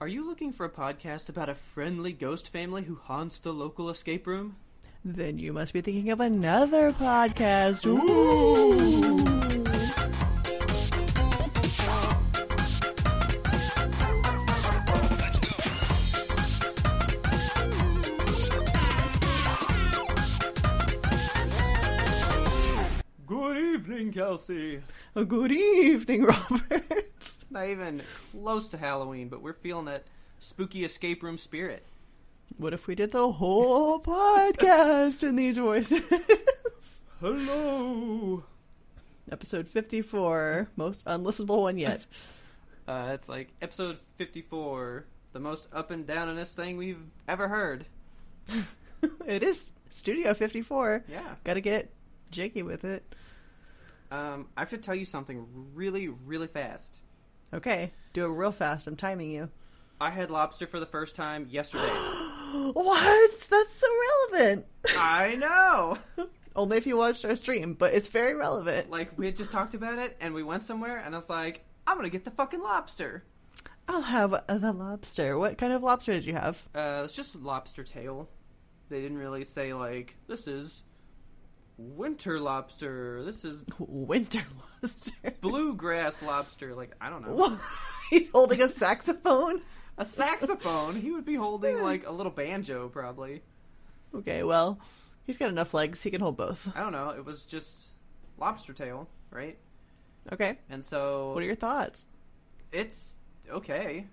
Are you looking for a podcast about a friendly ghost family who haunts the local escape room? Then you must be thinking of another podcast. Ooh. Good evening, Kelsey. Oh, good evening, Robert. Not even close to Halloween, but we're feeling that spooky escape room spirit. What if we did the whole podcast in these voices? Hello. Episode 54, most unlistenable one yet. Uh, it's like episode 54, the most up and downest thing we've ever heard. it is Studio 54. Yeah. Gotta get jiggy with it. Um, I should tell you something really, really fast. Okay, do it real fast. I'm timing you. I had lobster for the first time yesterday. What? That's so relevant. I know. Only if you watched our stream, but it's very relevant. Like we had just talked about it, and we went somewhere, and I was like, I'm gonna get the fucking lobster. I'll have uh, the lobster. What kind of lobster did you have? Uh, it's just lobster tail. They didn't really say like this is winter lobster. This is Winter lobster. bluegrass lobster. Like I don't know. What? He's holding a saxophone? A saxophone. he would be holding like a little banjo probably. Okay, well, he's got enough legs. He can hold both. I don't know. It was just lobster tail, right? Okay. And so What are your thoughts? it's okay.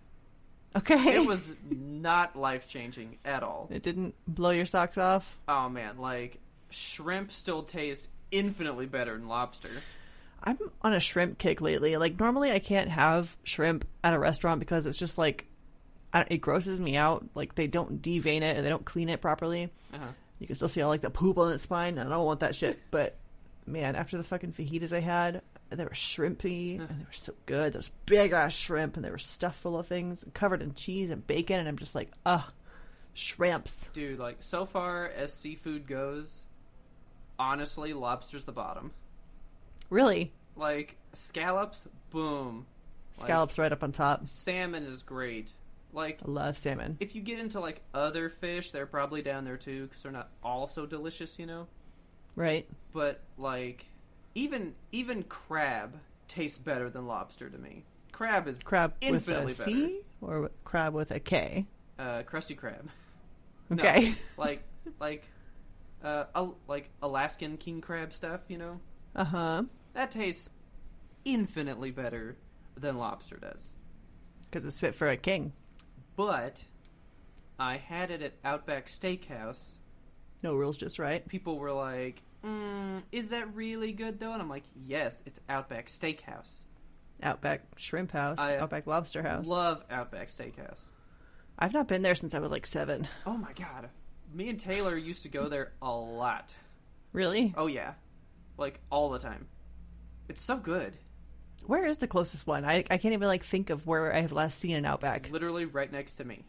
Okay. It was not life changing at all. It didn't blow your socks off. Oh man, like shrimp still tastes infinitely better than lobster. I'm on a shrimp kick lately. Like normally, I can't have shrimp at a restaurant because it's just like I don't, it grosses me out. Like they don't devein it and they don't clean it properly. Uh-huh. You can still see all like the poop on its spine. and I don't want that shit. But man, after the fucking fajitas I had, they were shrimpy and they were so good. Those big ass shrimp and they were stuffed full of things, covered in cheese and bacon. And I'm just like, ugh, shrimps. Dude, like so far as seafood goes, honestly, lobster's the bottom. Really, Like scallops, boom. Like, scallops right up on top. salmon is great. Like I love salmon. if you get into like other fish, they're probably down there too because they're not all so delicious, you know. Right? But like, even even crab tastes better than lobster to me. Crab is Crab infinitely with a better. C or crab with a K. uh, crusty crab. No, Okay. like like uh, Al- like Alaskan king crab stuff, you know. Uh huh. That tastes infinitely better than lobster does. Because it's fit for a king. But I had it at Outback Steakhouse. No rules, just right. People were like, mm, "Is that really good though?" And I'm like, "Yes, it's Outback Steakhouse. Outback Shrimp House, I- uh, Outback Lobster House. Love Outback Steakhouse. I've not been there since I was like seven. Oh my god, me and Taylor used to go there a lot. Really? Oh yeah, like all the time. It's so good." Where is the closest one? I, I can't even like think of where I have last seen an Outback. literally right next to me.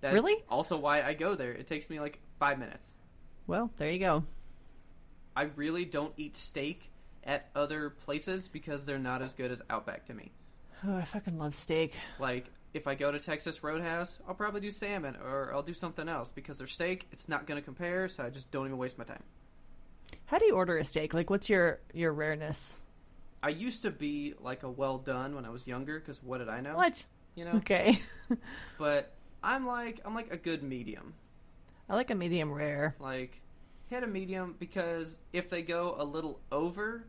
That Really? Also, why I go there. It takes me like five minutes. Well, there you go. I really don't eat steak at other places because they're not as good as Outback to me. Oh, I fucking love steak. Like, if I go to Texas Roadhouse, I'll probably do salmon or I'll do something else because their steak, it's not going to compare, so I just don't even waste my time. How do you order a steak? Like, what's your your rareness? I used to be like a well done when I was younger because what did I know? What? You know? Okay. But I'm like, I'm like a good medium. I like a medium rare. Like, hit a medium because if they go a little over,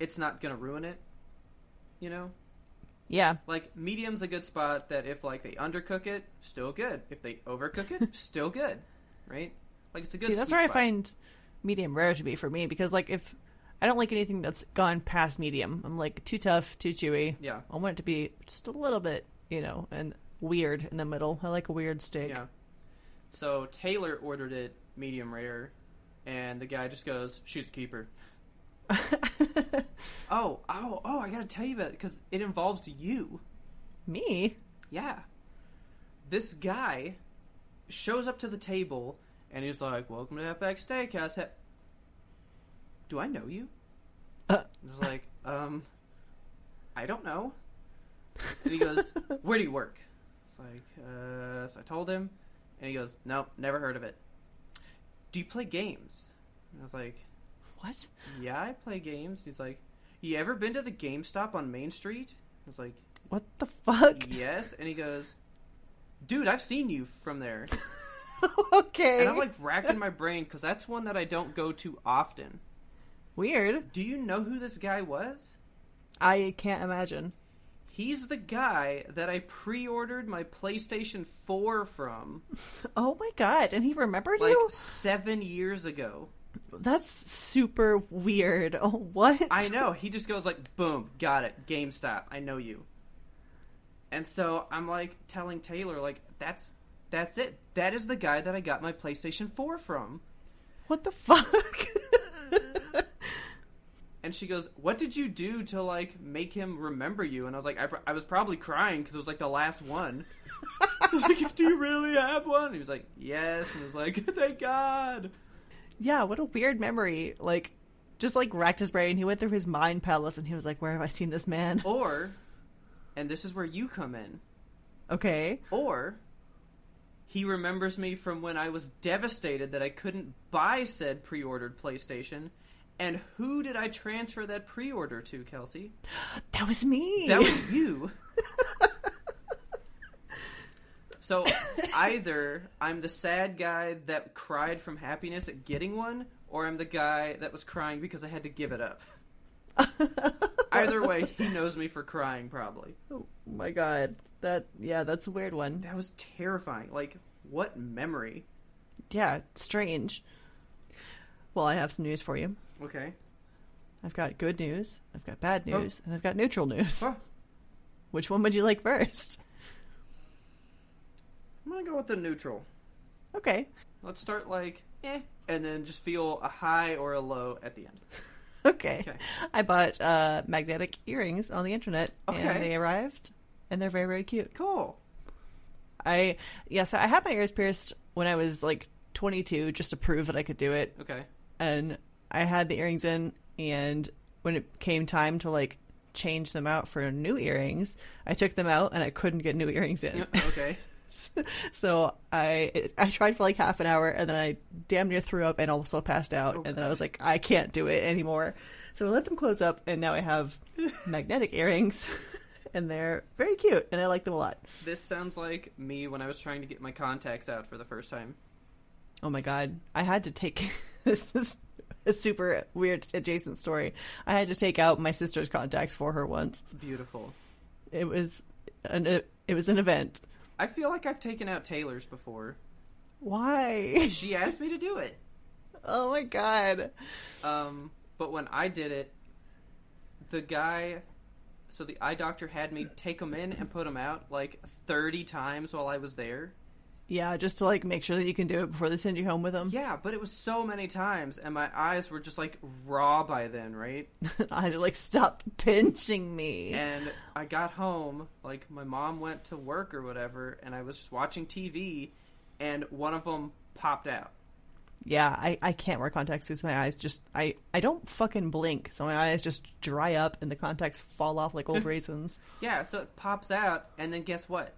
it's not gonna ruin it. You know, Yeah. like medium's a good spot that if like they undercook it, still good. If they overcook it, still good. Right? Like it's a good. See, that's sweet where I spot. find medium rare to be for me because like if I don't like anything that's gone past medium, I'm like too tough, too chewy. Yeah. I want it to be just a little bit, you know, and weird in the middle. I like a weird steak. Yeah. So Taylor ordered it medium rare, and the guy just goes, "She's a keeper." Oh, oh, oh! I gotta tell you about it because it involves you. Me? Yeah. This guy shows up to the table and he's like, Welcome to Outback Steakhouse. Ha- Do I know you? Uh. I was like, Um, I don't know. And he goes, Where do you work? I It's like, uh, so I told him, and he goes, nope, never heard of it. Do you play games? And I was like, What? yeah, I play games. He's like, you ever been to the GameStop on Main Street? I was like, What the fuck? yes. And he goes, dude, I've seen you from there. okay. And I'm like racking my brain because that's one that I don't go to often. Weird. Do you know who this guy was? I can't imagine. He's the guy that I pre-ordered my PlayStation 4 from Oh my god, and he remembered like you? 7 years ago. That's super weird. Oh, what? I know. He just goes like, "Boom, got it. GameStop. I know you." And so I'm like telling Taylor like, "That's that's it. That is the guy that I got my PlayStation 4 from." What the fuck? And she goes, "What did you do to like make him remember you?" And I was like, "I, pr- I was probably crying because it was like the last one." I was like, "Do you really have one?" And he was like, "Yes." And I was like, "Thank God." yeah, what a weird memory. Like, just like racked his brain. He went through his mind palace and he was like, where have I seen this man? Or, and this is where you come in. Okay. Or he remembers me from when I was devastated that I couldn't buy said pre ordered PlayStation. And who did I transfer that pre order to, Kelsey? That was me. That was you. so either I'm the sad guy that cried from happiness at getting one, or I'm the guy that was crying because I had to give it up. Either way, he knows me for crying, probably. Oh my god. That, yeah, that's a weird one. That was terrifying. Like, what memory? Yeah, strange. Well, I have some news for you. Okay. I've got good news, I've got bad Oh. news, and I've got neutral news. Huh. Which one would you like first? I'm gonna go with the neutral. Okay. Let's start like eh, and then just feel a high or a low at the end. Okay. Okay. I bought uh, magnetic earrings on the internet, Okay. and they arrived, and they're very, very cute. Cool. I yeah, so I had my ears pierced when I was like 22, just to prove that I could do it, Okay. and I had the earrings in, and when it came time to like change them out for new earrings, I took them out and I couldn't get new earrings in. Yeah, okay. so I it, I tried for like half an hour and then I damn near threw up and also passed out Oh, and then I was like I can't do it anymore. So I let them close up and now I have magnetic earrings and they're very cute and I like them a lot. This sounds like me when I was trying to get my contacts out for the first time. Oh my god, I had to take this is a super weird adjacent story. I had to take out my sister's contacts for her once. Beautiful. It was an it was an event. I feel like I've taken out Taylor's before. Why? She asked me to do it. Oh my god. Um, but when I did it, the guy, so the eye doctor had me take them in and put them out like 30 times while I was there. Yeah, just to like make sure that you can do it before they send you home with them. Yeah, but it was so many times, and my eyes were just like raw by then, right? I had to like stop pinching me. And I got home, like my mom went to work or whatever, and I was just watching TV, and one of them popped out. yeah, I, I can't wear contacts because my eyes just I I don't fucking blink, so my eyes just dry up and the contacts fall off like old raisins, Yeah, so it pops out, and then guess what?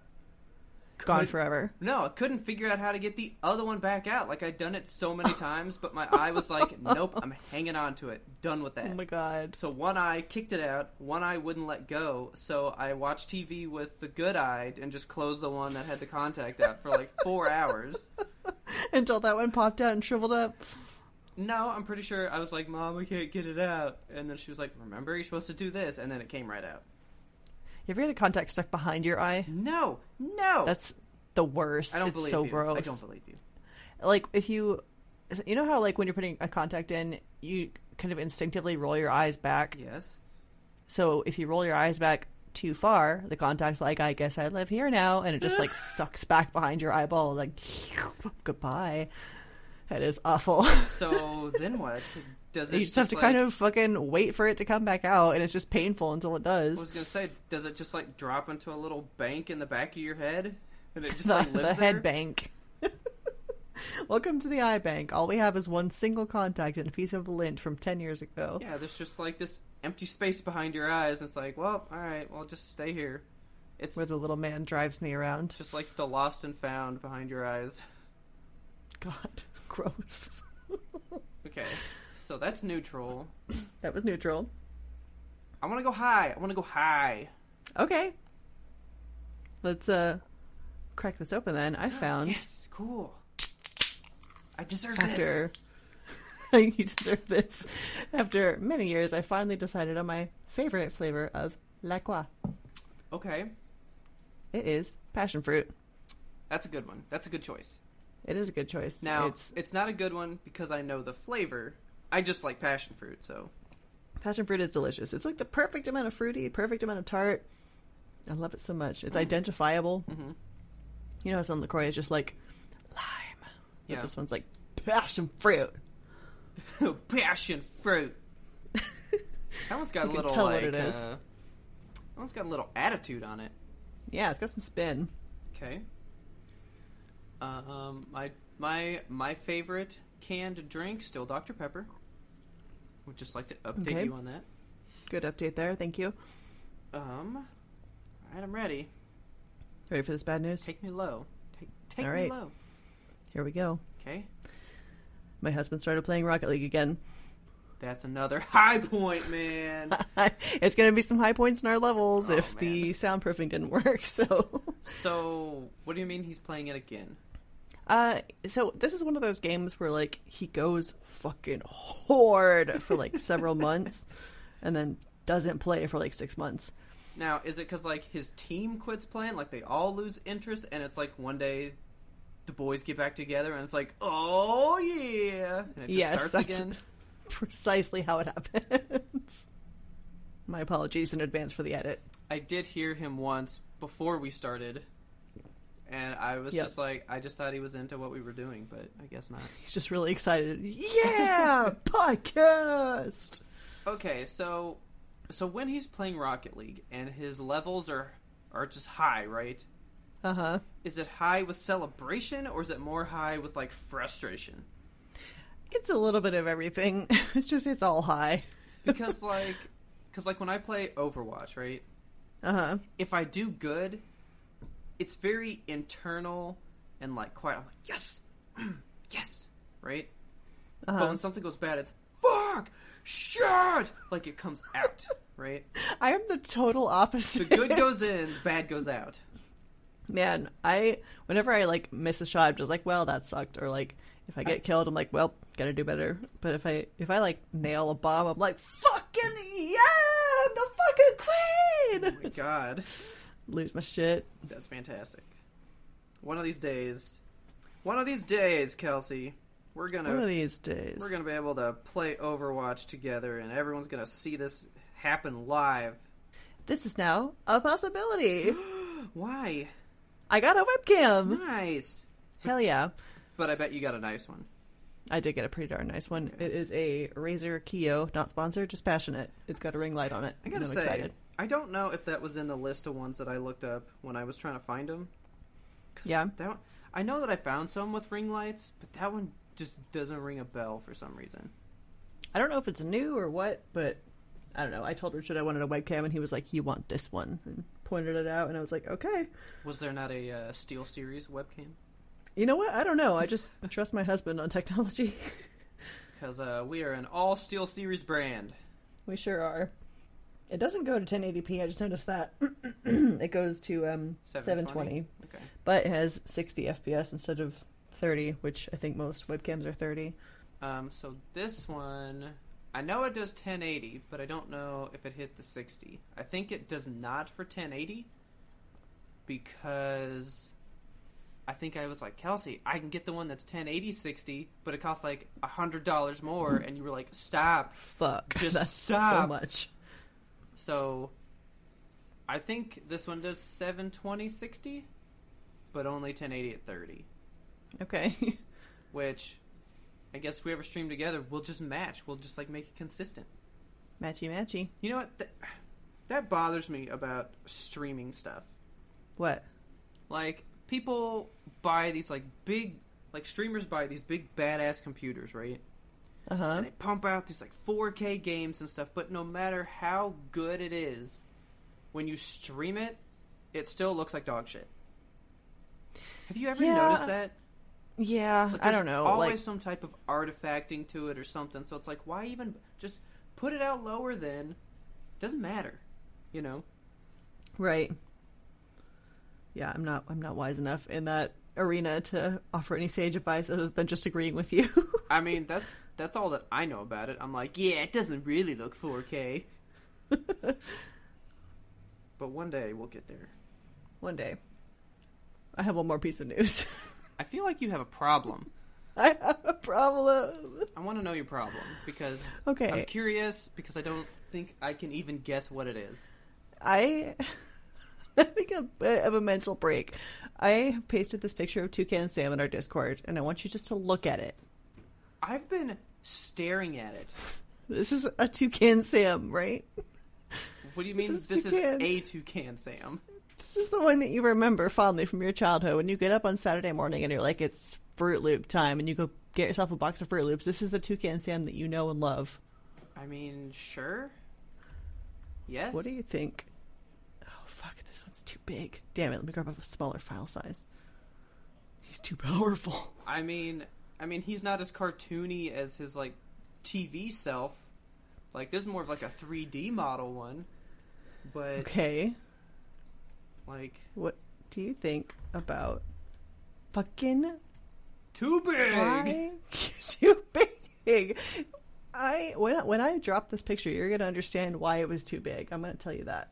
gone Could- forever. No, I couldn't figure out how to get the other one back out. Like I'd done it so many times, but my eye was like, "Nope, I'm hanging on to it. Done with that." Oh my god. So one eye kicked it out, one eye wouldn't let go. So I watched TV with the good eye and just closed the one that had the contact out for like four hours. Until that one popped out and shriveled up. No, I'm pretty sure I was like, "Mom, I can't get it out," and then she was like, "Remember, you're supposed to do this," and then it came right out. You ever had a contact stuck behind your eye? No, no, That's the worst. Oh. I don't it's believe so you. gross. I don't believe you. like if you you know how like when you're putting a contact in, you kind of instinctively roll your eyes back. Yes, So if you roll your eyes back too far, the contact's like, I guess I live here now, and it just like sucks back behind your eyeball, like goodbye. That is awful. So then what? Does it you just have to like, kind of fucking wait for it to come back out, and it's just painful until it I was does. gonna say, does it just like drop into a little bank in the back of your head, and it just the, like the lives there? head bank. Welcome to the eye bank. All we have is one single contact and a piece of lint from ten years ago. Yeah, there's just like this empty space behind your eyes, and it's like, well, all right, well, just stay here. It's where the little man drives me around. just like the lost and found behind your eyes. God, gross. Okay, so that's neutral. That was neutral. I want to go high. I want to go high. Okay. Let's uh crack this open then. I found Yes, cool. I deserve this. after you deserve this. After many years I finally decided on my favorite flavor of La Croix. Okay, It is passion fruit. that's a good one. That's a good choice. It is a good choice. Now it's it's not a good one because I know the flavor. I just like passion fruit, so passion fruit is delicious. It's like the perfect amount of fruity, perfect amount of tart. I love it so much. Mm. It's identifiable. mhm. You know, how some LaCroix is just like lime. But yeah. this one's like passion fruit. passion fruit. That one's got You a can little tell what like. it is. Uh, that one's got a little attitude on it. Yeah, it's got some spin. Okay. Um, my my my favorite canned drink still Dr Pepper. Would just like to update Okay. you on that. Good update there. Thank you. Um, all right, I'm ready. Ready for this bad news? Take me low. Take, take All me right. low. Here we go. Okay, My husband started playing Rocket League again. that's another high point, man. it's going to be some high points in our levels Oh, if the man. soundproofing didn't work. So, so, what do you mean he's playing it again? uh, so this is one of those games where like he goes fucking hard for like several months, and then doesn't play for like six months. Now, is it because like his team quits playing, like they all lose interest, and it's like one day the boys get back together, and it's like, oh yeah, and it just Yes, starts that's- again. Precisely how it happens. My apologies in advance for the edit. I did hear him once before we started, and I was Yep. just like, I just thought he was into what we were doing, but I guess not. He's just really excited. Yeah, podcast. Okay, so so when he's playing Rocket League and his levels are are just high, right? Uh huh. Is it high with celebration or is it more high with like frustration? It's a little bit of everything. It's just it's all high. Because like cuz like when I play Overwatch, right? Uh huh. If I do good, it's very internal and like quiet. I'm like, "Yes." yes, right? But Uh-huh. when something goes bad, it's fuck, shit, like it comes out, right? I am the total The opposite. good goes in, the bad goes out. Man, I whenever I like miss a shot, I'm just like, well, that sucked. Or like, if I get killed, I'm like, well, gotta do better. But if I if I like nail a bomb, I'm like, fucking yeah, I'm the fucking Oh queen. my god. Lose my shit. That's fantastic. One of these days, one of these days, Kelsey, we're One of gonna these days. we're gonna be able to play Overwatch together, and everyone's gonna see this happen live. This is now a possibility. Why? I got a webcam. Nice. Hell yeah. But I bet you got a nice one. I did get a pretty darn nice one. It is a Razer Keo, not sponsored, just passionate. It's got a ring light on it. I gotta and I'm say, excited. I don't know if that was in the list of ones that I looked up when I was trying to find them. Yeah. That one, I know that I found some with ring lights, but that one just doesn't ring a bell for some reason. I don't know if it's new or what, but I don't know. I told Richard I wanted a webcam, and he was like, "You want this one?" and pointed it out, and I was like, "Okay." Was there not a uh, Steel Series webcam? You know what? I don't know. I just trust my husband on technology. Because uh, we are an all Steel Series brand. we sure are. It doesn't go to 1080p. I just noticed that it goes to um, 720? 720, Okay. but it has 60 FPS instead of 30, which I think most webcams are 30. Um, so this one, I know it does 1080, but I don't know if it hit the 60. I think it does not for 1080 because I think I was like, Kelsey, I can get the one that's 1080 60, but it costs like $100 more. And you were like, stop. Fuck, Just that's stop. so much. So I think this one does 720 60, but only 1080 at 30. Okay, Which I guess if we ever stream together, we'll just match. We'll just like make it consistent. matchy matchy. You know what? That, that bothers me about streaming stuff. What? Like people buy these like big like streamers buy these big badass computers, right? Uh huh. And they pump out these like 4K games and stuff, but no matter how good it is, when you stream it, it still looks like dog shit. Have you ever Yeah. noticed that? Yeah, Like, I there's don't know. Always Like, some type of artifacting to it or something. So it's like, why even just put it out lower? Then doesn't matter, you know. right. Yeah, I'm not. I'm not wise enough in that arena to offer any sage advice other than just agreeing with you. I mean, that's that's all that I know about it. I'm like, yeah, it doesn't really look 4K, but one day we'll get there. One day, I have one more piece of news. I feel like you have a problem. I have a problem. I want to know your problem because Okay, I'm curious because I don't think I can even guess what it is. I I think a bit of a mental break. I pasted this picture of Toucan and Sam in our Discord, and I want you just to look at it. I've been staring at it. This is a Toucan Sam, right? What do you mean is this is, toucan. a toucan, Sam? This is the one that you remember fondly from your childhood. When you get up on Saturday morning and you're like, it's Fruit Loop time, and you go get yourself a box of Fruit Loops. This is the Toucan Sam that you know and love. I mean, sure. Yes. What do you think? Oh, fuck, this one's too big. Damn it, let me grab a smaller file size. He's too powerful. I mean, I mean, he's not as cartoony as his like TV self. Like this is more of like a 3D model one. But Okay. like What do you think about fucking too big. why too big? I when I, when I drop this picture, you're gonna understand why it was too big. I'm gonna tell you that.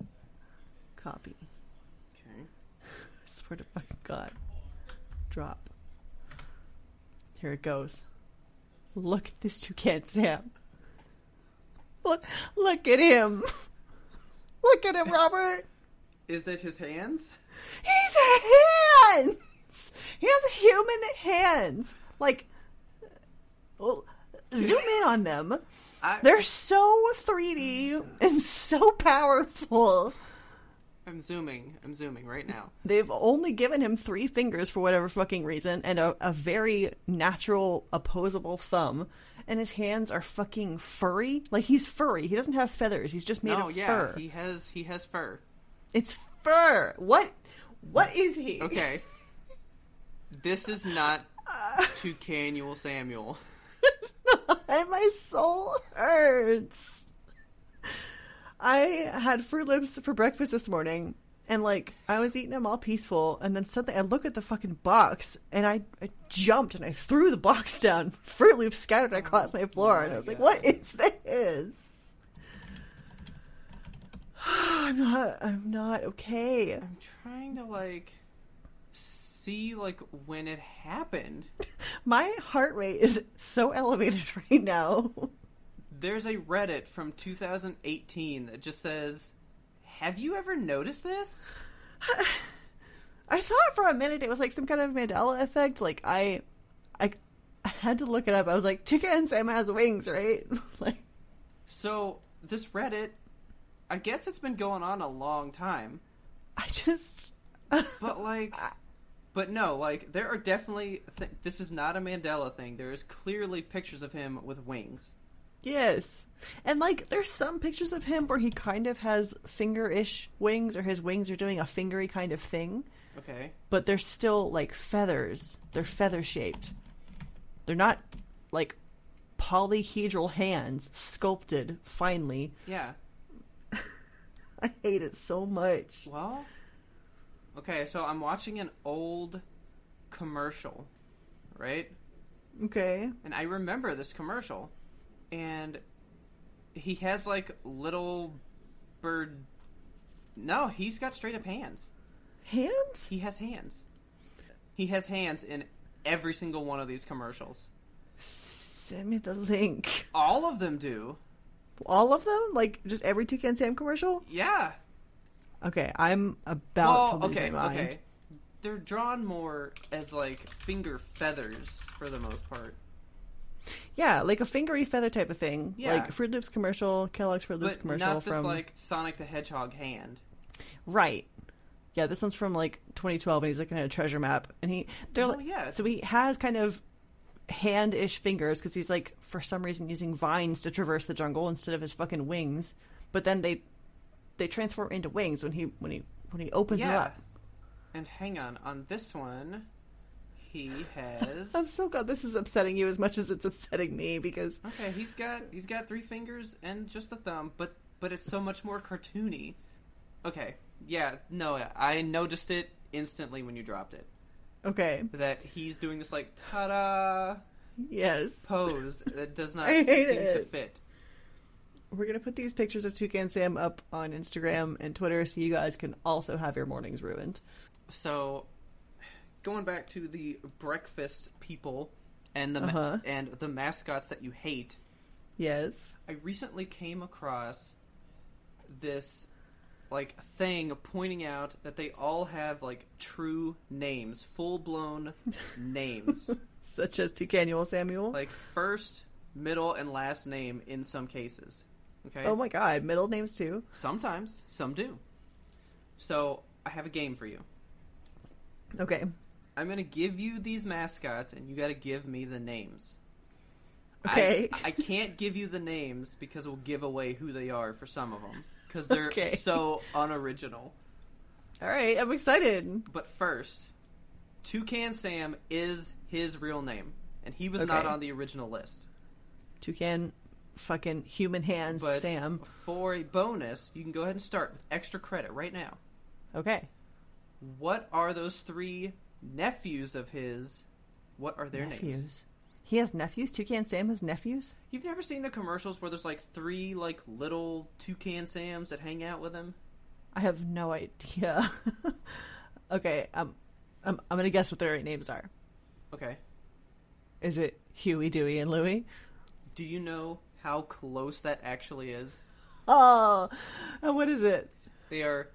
Copy. Okay. I swear to fucking God. Drop. Here it goes. Look at this toucan Sam. Look, look at him. look at him, Robert. Is that his hands? He's hands. He has human hands. Like, well, zoom in on them. I, They're so 3D and so powerful. I'm zooming. I'm zooming right now. They've only given him three fingers for whatever fucking reason and a, a very natural opposable thumb. And his hands are fucking furry. Like, he's furry. He doesn't have feathers. He's just made no, of yeah, fur. he has he has fur. It's fur. What? What is he? Okay. this is not Uh, toucanual Samuel. and my soul hurts. I had Fruit Loops for breakfast this morning, and like I was eating them all peaceful, and then suddenly I look at the fucking box, and I, I jumped and I threw the box down. Fruit Loops scattered across my floor, and Oh I my was like, God. "What is this?" I'm not. I'm not okay. I'm trying to like see like when it happened. My heart rate is so elevated right now. There's a Reddit from 2018 that just says, "Have you ever noticed this?" I thought for a minute it was like some kind of Mandela effect. Like I, I, I had to look it up. I was like, chicken Sam has wings, right? like, So this Reddit, I guess it's been going on a long time, I just, but like, but no, like there are definitely th- this is not a Mandela thing. There is clearly pictures of him with wings. yes. And like, there's some pictures of him where he kind of has finger-ish wings, or his wings are doing a fingery kind of thing, Okay, but they're still like feathers. They're feather-shaped. They're not like polyhedral hands sculpted finely. yeah. I hate it so much. Well, okay. So I'm watching an old commercial, right? Okay. and I remember this commercial, and he has like little bird. No, he's got straight up hands. Hands? He has hands. He has hands in every single one of these commercials. Send me the link. All of them do. All of them? Like just every Toucan Sam commercial? Yeah. Okay, I'm about to well, lose okay, my mind. okay. They're drawn more as like finger feathers for the most part. Yeah, like a fingery feather type of thing. Yeah. Like Fruit Loops commercial, Kellogg's Fruit Loops But commercial not this from like Sonic the Hedgehog hand. Right. Yeah, this one's from like 2012 and he's looking at a treasure map and he they're Oh, like yeah. so he has kind of hand-ish fingers cuz he's like for some reason using vines to traverse the jungle instead of his fucking wings, but then they they transform into wings when he when he when he opens it yeah. up. And hang on, on this one, he has. I'm so glad this is upsetting you as much as it's upsetting me because Okay, he's got he's got three fingers and just a thumb, but but it's so much more cartoony. Okay, yeah, no, I noticed it instantly when you dropped it okay, that he's doing this like ta-da yes, pose that does not I seem hate to it. fit. we're gonna put these pictures of Toucan Sam up on Instagram and Twitter so you guys can also have your mornings ruined. So, going back to the breakfast people and the ma- Uh-huh. and the mascots that you hate, Yes, I recently came across this like thing pointing out that they all have like true names, full blown names, such as Toucanual Samuel. like first, middle, and last name in some cases. Okay. oh my god, middle names too. Sometimes some do. So I have a game for you. Okay, I'm gonna give you these mascots, and you gotta give me the names. I- Okay. I, can't give you the names because we'll give away who they are for some of them because they're Okay. so unoriginal. all right, I'm excited. But first, Toucan Sam is his real name, and he was not Okay. on the original list. Toucan, fucking human hands, But Sam. for a bonus, you can go ahead and start with extra credit right now. Okay, What are those three nephews of his? What are their names? He has nephews. Toucan Sam has nephews. You've never seen the commercials where there's like three like little toucan Sams that hang out with him? I have no idea. okay, um, I'm I'm gonna guess what their names are. Okay. Is it Huey, Dewey, and Louie? Do you know how close that actually is? Oh, and what is it? They are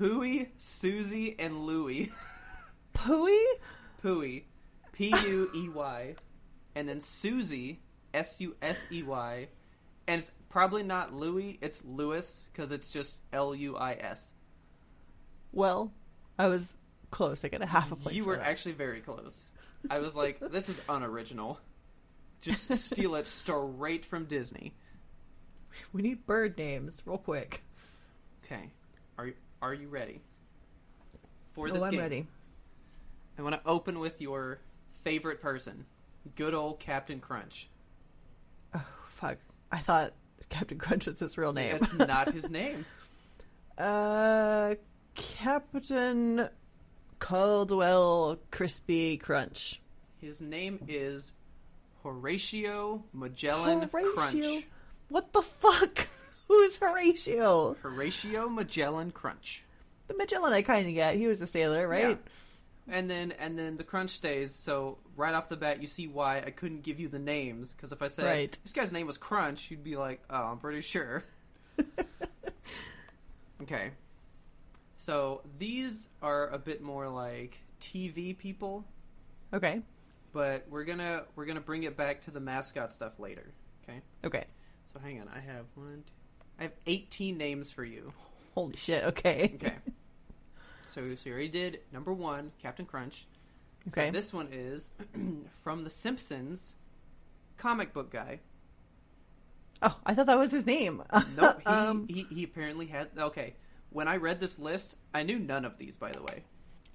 Pooey, Susie, and Louie. Pooey? Pooey, P U E Y, and then Susie, S U S E Y, and it's probably not Louie, it's Lewis because it's just L U I S. Well, I was close. I got a half a point. You for were that. actually very close. I was like, this is unoriginal. Just steal it straight from Disney. We need bird names, real quick. Okay. Are you, are you ready for Oh, this I'm game? ready. I want to open with your favorite person, good old Captain Crunch. Oh fuck! I thought Captain Crunch was his real name. That's not his name. Uh, Captain Caldwell Crispy Crunch. His name is Horatio Magellan Crunch. What the fuck? Who's Horatio? Horatio Magellan Crunch. The Magellan I kind of get. He was a sailor, right? Yeah. And then and then the crunch stays. So right off the bat, you see why I couldn't give you the names because if I said Right. this guy's name was Crunch, you'd be like, "Oh, I'm pretty sure." okay. So these are a bit more like TV people, Okay. but we're gonna we're gonna bring it back to the mascot stuff later. Okay. Okay. So hang on, I have one, two, I have 18 names for you. Holy shit. Okay. Okay. so, so you already did number one, Captain Crunch. Okay. So this one is from The Simpsons, comic book guy. Oh, I thought that was his name. Nope, he, um, he, he apparently had. Okay, when I read this list, I knew none of these, by the way.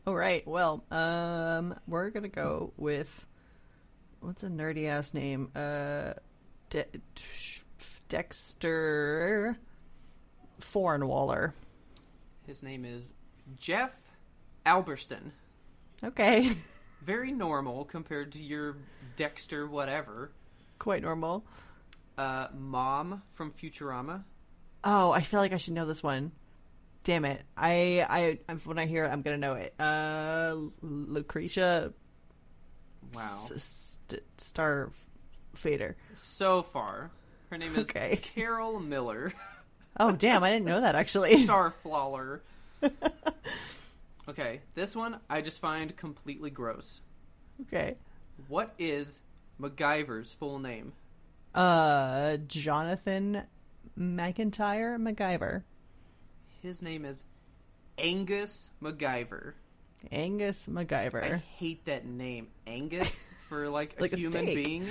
all right. Well, um, we're gonna go with what's a nerdy ass name? Uh, De- Dexter Fornwaller. His name is Jeff Alberston. Okay. Very normal compared to your Dexter whatever. Quite normal. Uh, Mom from Futurama. Oh, I feel like I should know this one. Damn it! I, I, I'm, when I hear it, I'm gonna know it. Uh, Lucretia Wow. S- St- Star Fader. So far, her name is Okay. Carol Miller. Oh, damn! I didn't know that actually. Starflawler. okay, this one I just find completely gross. Okay. What is MacGyver's full name? Uh, Jonathan McIntyre MacGyver, His name is Angus MacGyver. Angus I MacGyver. hate that name, Angus, for like a Like a human steak. being.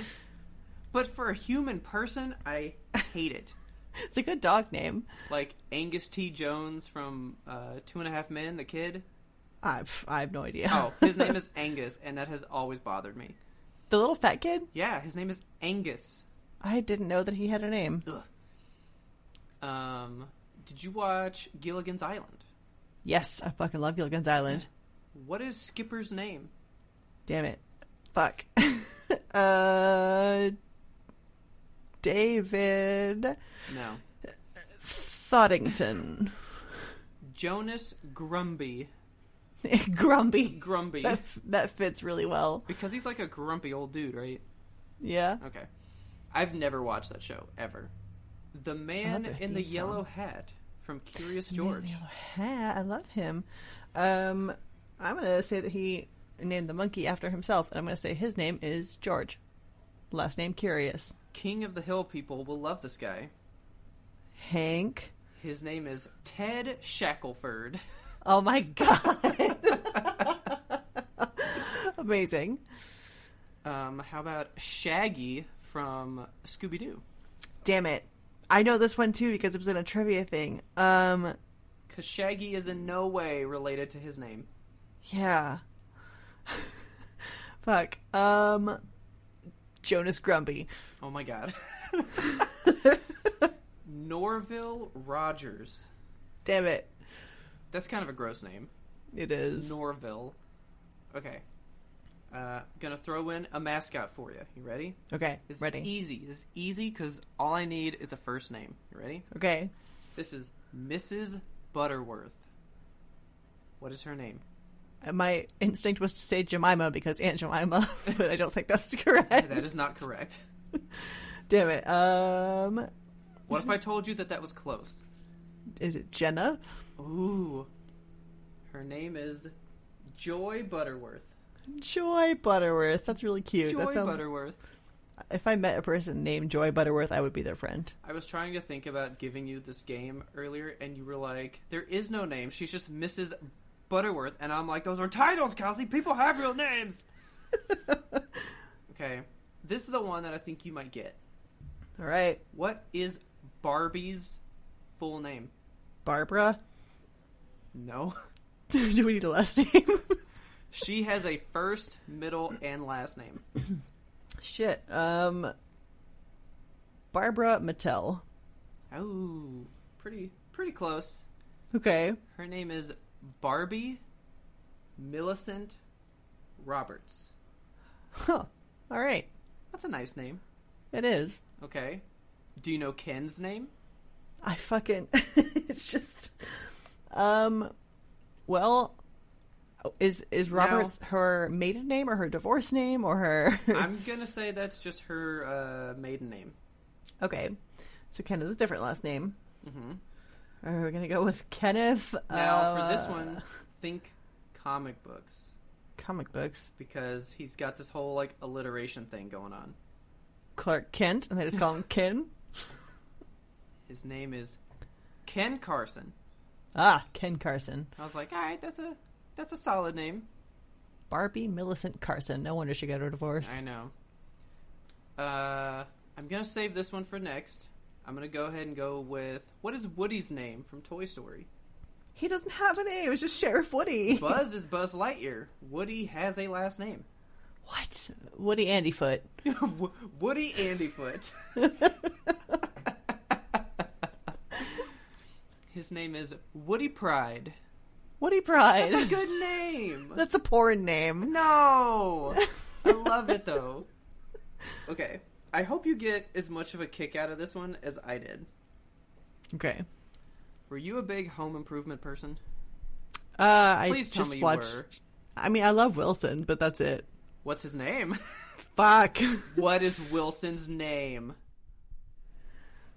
But for a human person, I hate it. It's a good dog name. Like Angus T. Jones from uh, Two and a Half Men, the kid. I I have no idea. Oh, his name is Angus, and that has always bothered me. the little fat kid. Yeah, his name is Angus. I didn't know that he had a name. Ugh. Um, did you watch Gilligan's Island? Yes, I fucking love Gilligan's Island. What is Skipper's name? Damn it. Fuck. uh David No. Thuddington. Jonas Grumby. grumpy. Grumby. That, f- that fits really well. because he's like a grumpy old dude, right? Yeah. Okay. I've never watched that show, ever. The man their in the theme yellow song. hat from Curious Man in the George. Yellow Hat. I love him. Um I'm going to say that he named the monkey after himself and I'm going to say his name is George. Last name Curious. King of the Hill people will love this guy. Hank. His name is Ted Shackelford. Oh my god. Amazing. Um, how about Shaggy from Scooby Doo? Damn it. I know this one too because it was in a trivia thing. Um Because Shaggy is in no way related to his name. yeah. Fuck. Um Jonas Grumpy. Oh my god. Norville Rogers. Damn it. That's kind of a gross name. It is. Norville. Okay. Uh, gonna throw in a mascot for you. You ready? Okay. This is Ready. easy. This is easy because all I need is a first name. You ready? okay. This is Mrs. Butterworth. What is her name? My instinct was to say Jemima because Aunt Jemima, but I don't think that's correct. that is not correct. Damn it. Um What if I told you that that was close? is it Jenna? Ooh. Her name is Joy Butterworth. Joy Butterworth. That's really cute. Joy that sounds Butterworth. If I met a person named Joy Butterworth, I would be their friend. I was trying to think about giving you this game earlier, and you were like, "There is no name. She's just Mrs. Butterworth," and I'm like, "Those are titles, Kelsey. People have real names." okay, this is the one that I think you might get. All right. What is Barbie's full name? Barbara. No, Do we need a last name? she has a first, middle, and last name. Shit. Um Barbara Mattel. Oh, pretty, pretty close. Okay. Her name is Barbie Millicent Roberts. Huh. All right. That's a nice name. It is. Okay. Do you know Ken's name? I fucking it's just um well is is Roberts her maiden name or her divorce name or her I'm gonna say that's just her uh, maiden name. Okay. So Ken is a different last name. hmm Are we gonna go with Kenneth? Now for this Uh, one, think comic books comic books. because he's got this whole like alliteration thing going on. Clark Kent, and they just call him Ken. His name is Ken Carson. Ah, Ken Carson. I was like, all right, that's a that's a solid name. Barbie Millicent Carson. No wonder she got her divorce. I know. Uh, I'm gonna save this one for next. I'm gonna go ahead and go with what is Woody's name from Toy Story? He doesn't have a name. It's just Sheriff Woody. Buzz is Buzz Lightyear. Woody has a last name. What? Woody Andyfoot. Wo- Woody Andyfoot. His name is Woody Pride. Woody Pride. That's a good name. That's a porn name. No, I love it though. Okay, I hope you get as much of a kick out of this one as I did. Okay. Were you a big home improvement person? Uh, I Please tell just me you watched. were. I mean, I love Wilson, but that's it. What's his name? Fuck. what is Wilson's name?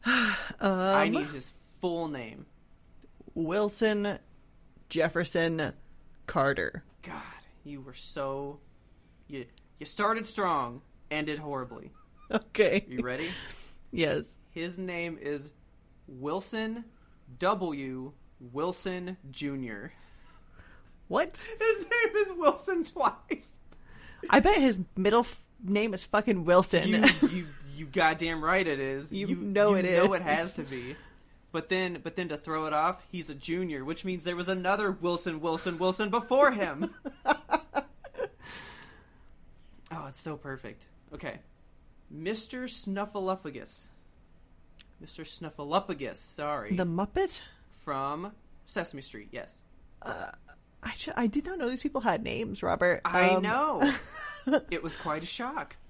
Um, I need his full name. Wilson Jefferson Carter. God, you were so you you started strong, ended horribly. Okay. You ready? Yes. His name is Wilson W. Wilson Jr. What? His name is Wilson twice. I bet his middle f- name is fucking Wilson. You you You goddamn right it is. You know it know is. it has to be. But then, but then to throw it off, he's a junior, which means there was another Wilson, Wilson, Wilson before him. oh, it's so perfect. Okay, Mr. Snuffleupagus, Mr. Snuffleupagus, sorry, The Muppet? Uh, from Sesame Street. Yes, I, ju- I did not know these people had names, Robert. I Um, know. it was quite a shock.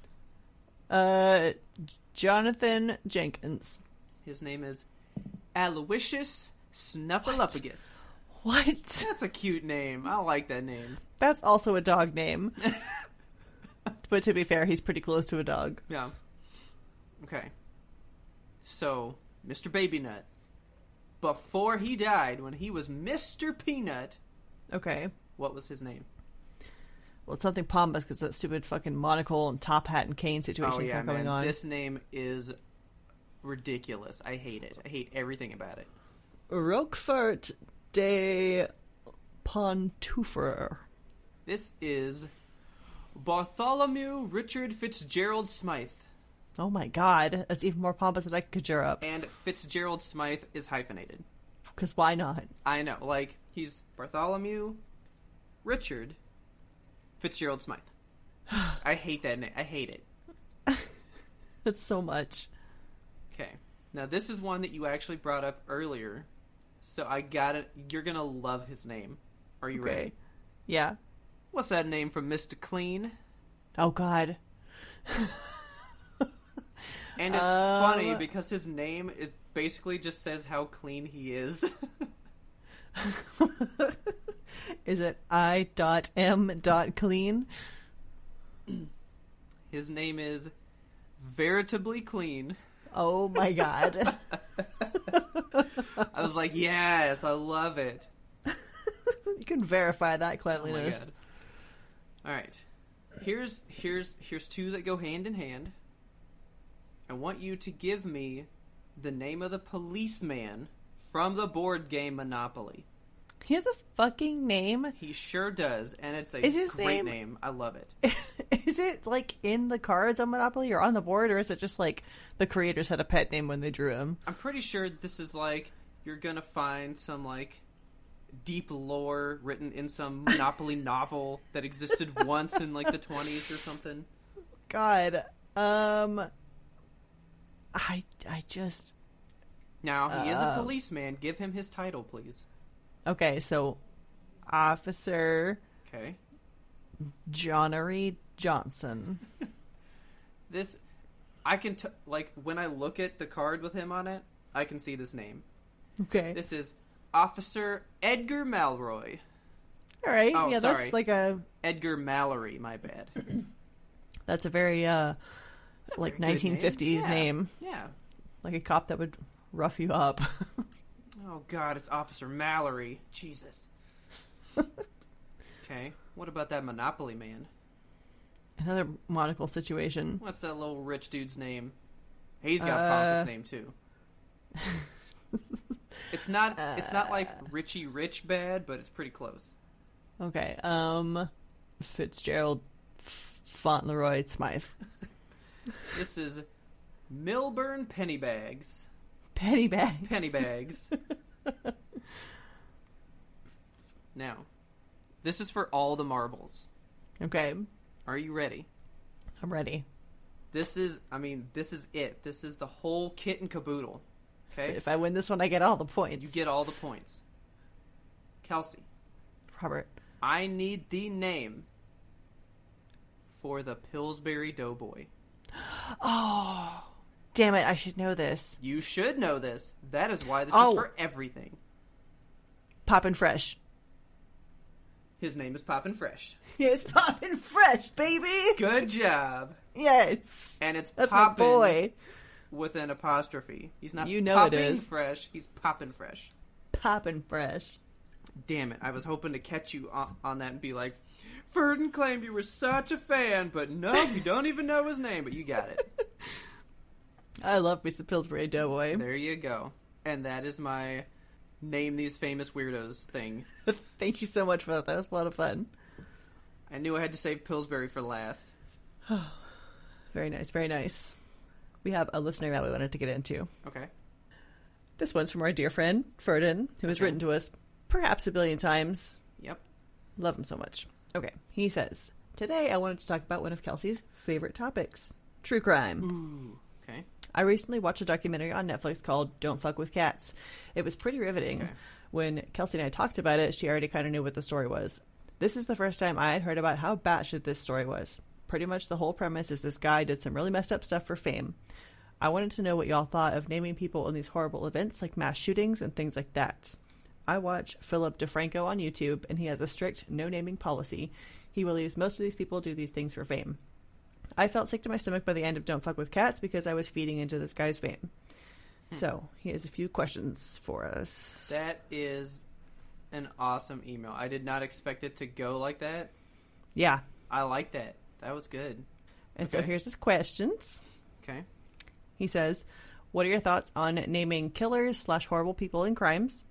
Uh, Jonathan Jenkins. His name is Aloysius Snuffleupagus. What? That's a cute name. I like that name. That's also a dog name. but to be fair, he's pretty close to a dog. Yeah. Okay. So, Mr. Baby Nut, before he died, when he was Mr. Peanut, Okay. what was his name? Well, it's something Pombas because that stupid fucking monocle and top hat and cane situation is not going on. Oh, This name is ridiculous. I hate it. I hate everything about it. Roquefort de Pontufer. This is Bartholomew Richard Fitzgerald Smythe. Oh my god, that's even more pompous than I could conjure up. And Fitzgerald Smythe is hyphenated. Because why not? I know. Like, he's Bartholomew Richard Fitzgerald Smythe. I hate that name. I hate it. That's so much. Okay. Now this is one that you actually brought up earlier, so I got it. You're gonna love his name. Are you Okay. ready? Yeah. What's that name from Mister Clean? Oh god. And it's Um, funny because his name it basically just says how clean he is. Is it I dot M dot clean? his name is veritably clean. Oh my god. I was like, yes, I love it. you can verify that Oh my cleanliness. god. All right. Here's here's here's two that go hand in hand. I want you to give me the name of the policeman from the board game Monopoly. he has a fucking name. He sure does, and it's a Is his great name- name. I love it. is it like in the cards on Monopoly or on the board, or is it just like the creators had a pet name when they drew him? I'm pretty sure this is like you're gonna find some like deep lore written in some Monopoly novel that existed once in like the 20s or something. God. Um. I I just Now he is a Uh. policeman. Give him his title, please. okay. So, Officer Okay. Johnnery Johnson. this i can t- like when i look at the card with him on it i can see this name Okay. this is officer edgar malroy All right. Oh, yeah, sorry. that's like a edgar mallory my bad that's a very uh That's a like very good 1950s yeah. name. yeah like a cop that would rough you up. oh god it's officer mallory jesus okay what about that monopoly man Another monocle situation. what's that little rich dude's name he's got Uh. pompous name too it's not it's not like Uh. richie rich bad but it's pretty close Okay. Um, Fitzgerald F- Fauntleroy Smythe. This is Milburn Pennybags. Pennybags. Pennybags. now, this is for all the marbles. Okay, Are you ready? I'm ready. This is, I mean, this is it. This is the whole kit and caboodle. Okay? If I win this one, I get all the points. You get all the points. Kelsey, Robert. I need the name for the Pillsbury Doughboy. Oh, damn it! I should know this. You should know this. That is why this Oh. is for everything. Poppin' fresh. His name is Poppin' Fresh. Yes, poppin' fresh, baby. Good job. Yes, and it's that's my poppin' boy. with an apostrophe. He's not You know it popping is. fresh. He's popping fresh. Poppin' fresh. Damn it! I was hoping to catch you on, on that and be like, Verdon claimed you were such a fan, but no, you don't even know his name. But you got it. I love Mr. Pillsbury Doughboy. there you go. And that is my name these famous weirdos thing. Thank you so much for that. That was a lot of fun. I knew I had to save Pillsbury for last. Very nice. Very nice. we have a listener mail we wanted to get into. Okay. This one's from our dear friend Ferdin, who has Okay. written to us perhaps a billion times. Yep. Love him so much. Okay, he says, Today I wanted to talk about one of Kelsey's favorite topics true crime. Ooh. Okay. I recently watched a documentary on Netflix called Don't Fuck with Cats. It was pretty riveting. Okay. When Kelsey and I talked about it, she already kind of knew what the story was. This is the first time I had heard about how batshit this story was. Pretty much the whole premise is this guy did some really messed up stuff for fame. I wanted to know what y'all thought of naming people in these horrible events like mass shootings and things like that. I watch Philip DeFranco on YouTube, and he has a strict no naming policy. He believes most of these people do these things for fame. I felt sick to my stomach by the end of Don't Fuck with Cats because I was feeding into this guy's fame. So he has a few questions for us. That is an awesome email. I did not expect it to go like that. Yeah. I like that. That was good. And so Okay. here's his questions. Okay. He says, What are your thoughts on naming killers slash horrible people in crimes?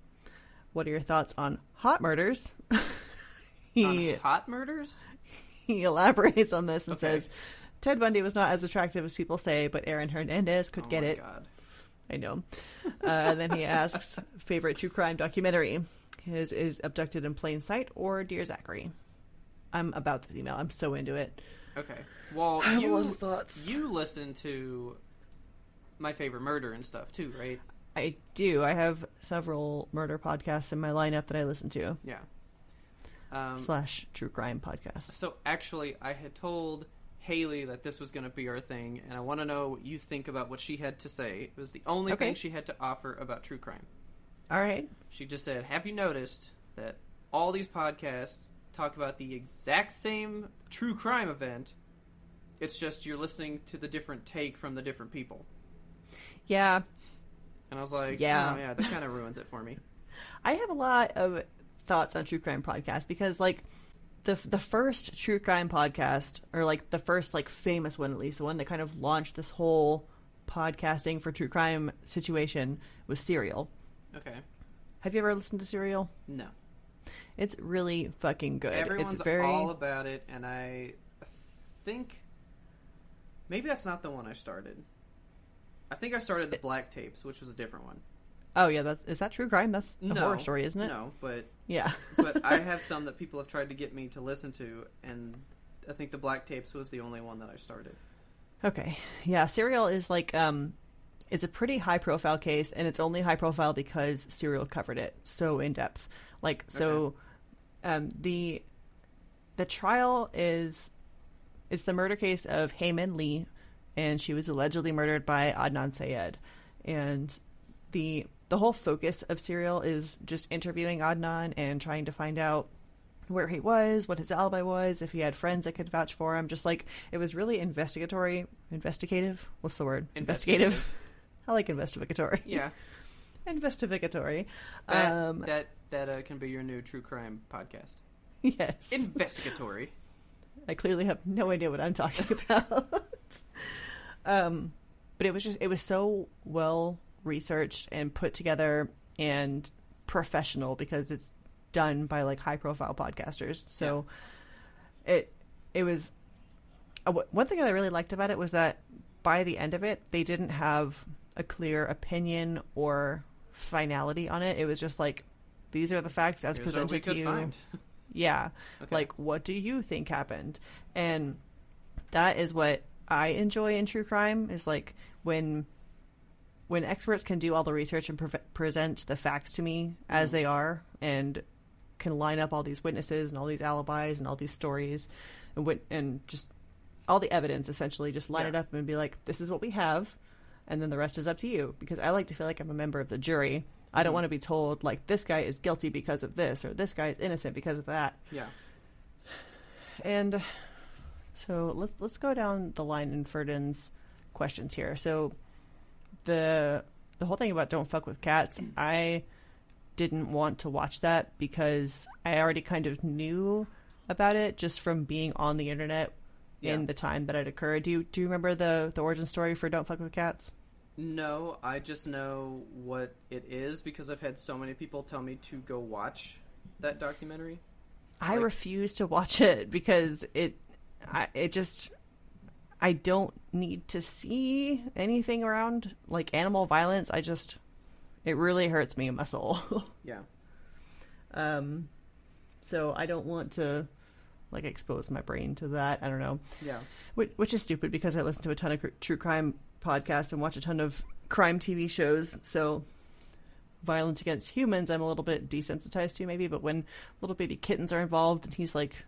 What are your thoughts on hot murders? he On hot murders? he elaborates on this and Okay. says Ted Bundy was not as attractive as people say, but Aaron Hernandez could oh get my it. God. I know. Uh, and then he asks favorite true crime documentary. His is Abducted in Plain Sight or Dear Zachary. I'm about this email. I'm so into it. Okay. Well, you thoughts. you listen to my favorite murder and stuff too, right? I do. I have several murder podcasts in my lineup that I listen to Yeah. Um, slash true crime podcasts. so actually, I had told Haley that this was going to be our thing, and I want to know what you think about what she had to say. It was the only Okay. thing she had to offer about true crime. All right. She just said, "Have you noticed that all these podcasts talk about the exact same true crime event? It's just you're listening to the different take from the different people." Yeah, And I was like, Yeah. "Yeah, yeah, that kind of ruins it for me." I have a lot of thoughts on true crime podcasts because like the the first true crime podcast or like the first like famous one at least the one that kind of launched this whole podcasting for true crime situation was Serial. Okay, Have you ever listened to Serial? no. It's really fucking good. Everyone's it's very all about it, and I think maybe that's not the one I started. I think I started the Black Tapes, which was a different one. Oh yeah, that's is that true crime? That's a no horror story, isn't it? No, but Yeah. but I have some that people have tried to get me to listen to, and I think the Black Tapes was the only one that I started. Okay. Yeah, serial is like um it's a pretty high profile case and it's only high profile because serial covered it so in depth. Like so um the the trial is it's the murder case of Heyman Lee and she was allegedly murdered by Adnan Sayed. And the the whole focus of serial is just interviewing Adnan and trying to find out where he was, what his alibi was, if he had friends that could vouch for him. Just like it was really investigatory, investigative. What's the word? Investigative. I like investigatory. Yeah, investigatory. that um, that that uh, can be your new true crime podcast. yes. Investigatory. I clearly have no idea what I'm talking about. um, but it was just it was so well researched and put together and professional because it's done by like high profile podcasters. So it it was uh, wh- one thing that I really liked about it was that by the end of it they didn't have a clear opinion or finality on it. It was just like these are the facts as Here's what we presented to could you. find. Yeah. Okay. Like, what do you think happened? And that is what I enjoy in true crime is like when when experts can do all the research and pre- present the facts to me as Mm-hmm. they are and can line up all these witnesses and all these alibis and all these stories and wit- and just all the evidence essentially just line Yeah. it up and be like this is what we have and then the rest is up to you because I like to feel like I'm a member of the jury. I don't Mhm. want to be told like this guy is guilty because of this or this guy is innocent because of that. yeah. And so let's let's go down the line in Ferdin's questions here. So the the whole thing about don't fuck with cats, I didn't want to watch that because I already kind of knew about it just from being on the internet Yeah. in the time that it occurred. Do you do you remember the the origin story for Don't Fuck with Cats? No, I just know what it is because I've had so many people tell me to go watch that documentary. I Like- refuse to watch it because it I, it just I don't need to see anything around like animal violence. I just it really hurts me in my soul. Yeah. um so I don't want to like expose my brain to that. I don't know. Yeah. Which, which is stupid because I listen to a ton of cr- true crime podcasts and watch a ton of crime TV shows. So violence against humans, I'm a little bit desensitized to maybe. But when little baby kittens are involved and he's like,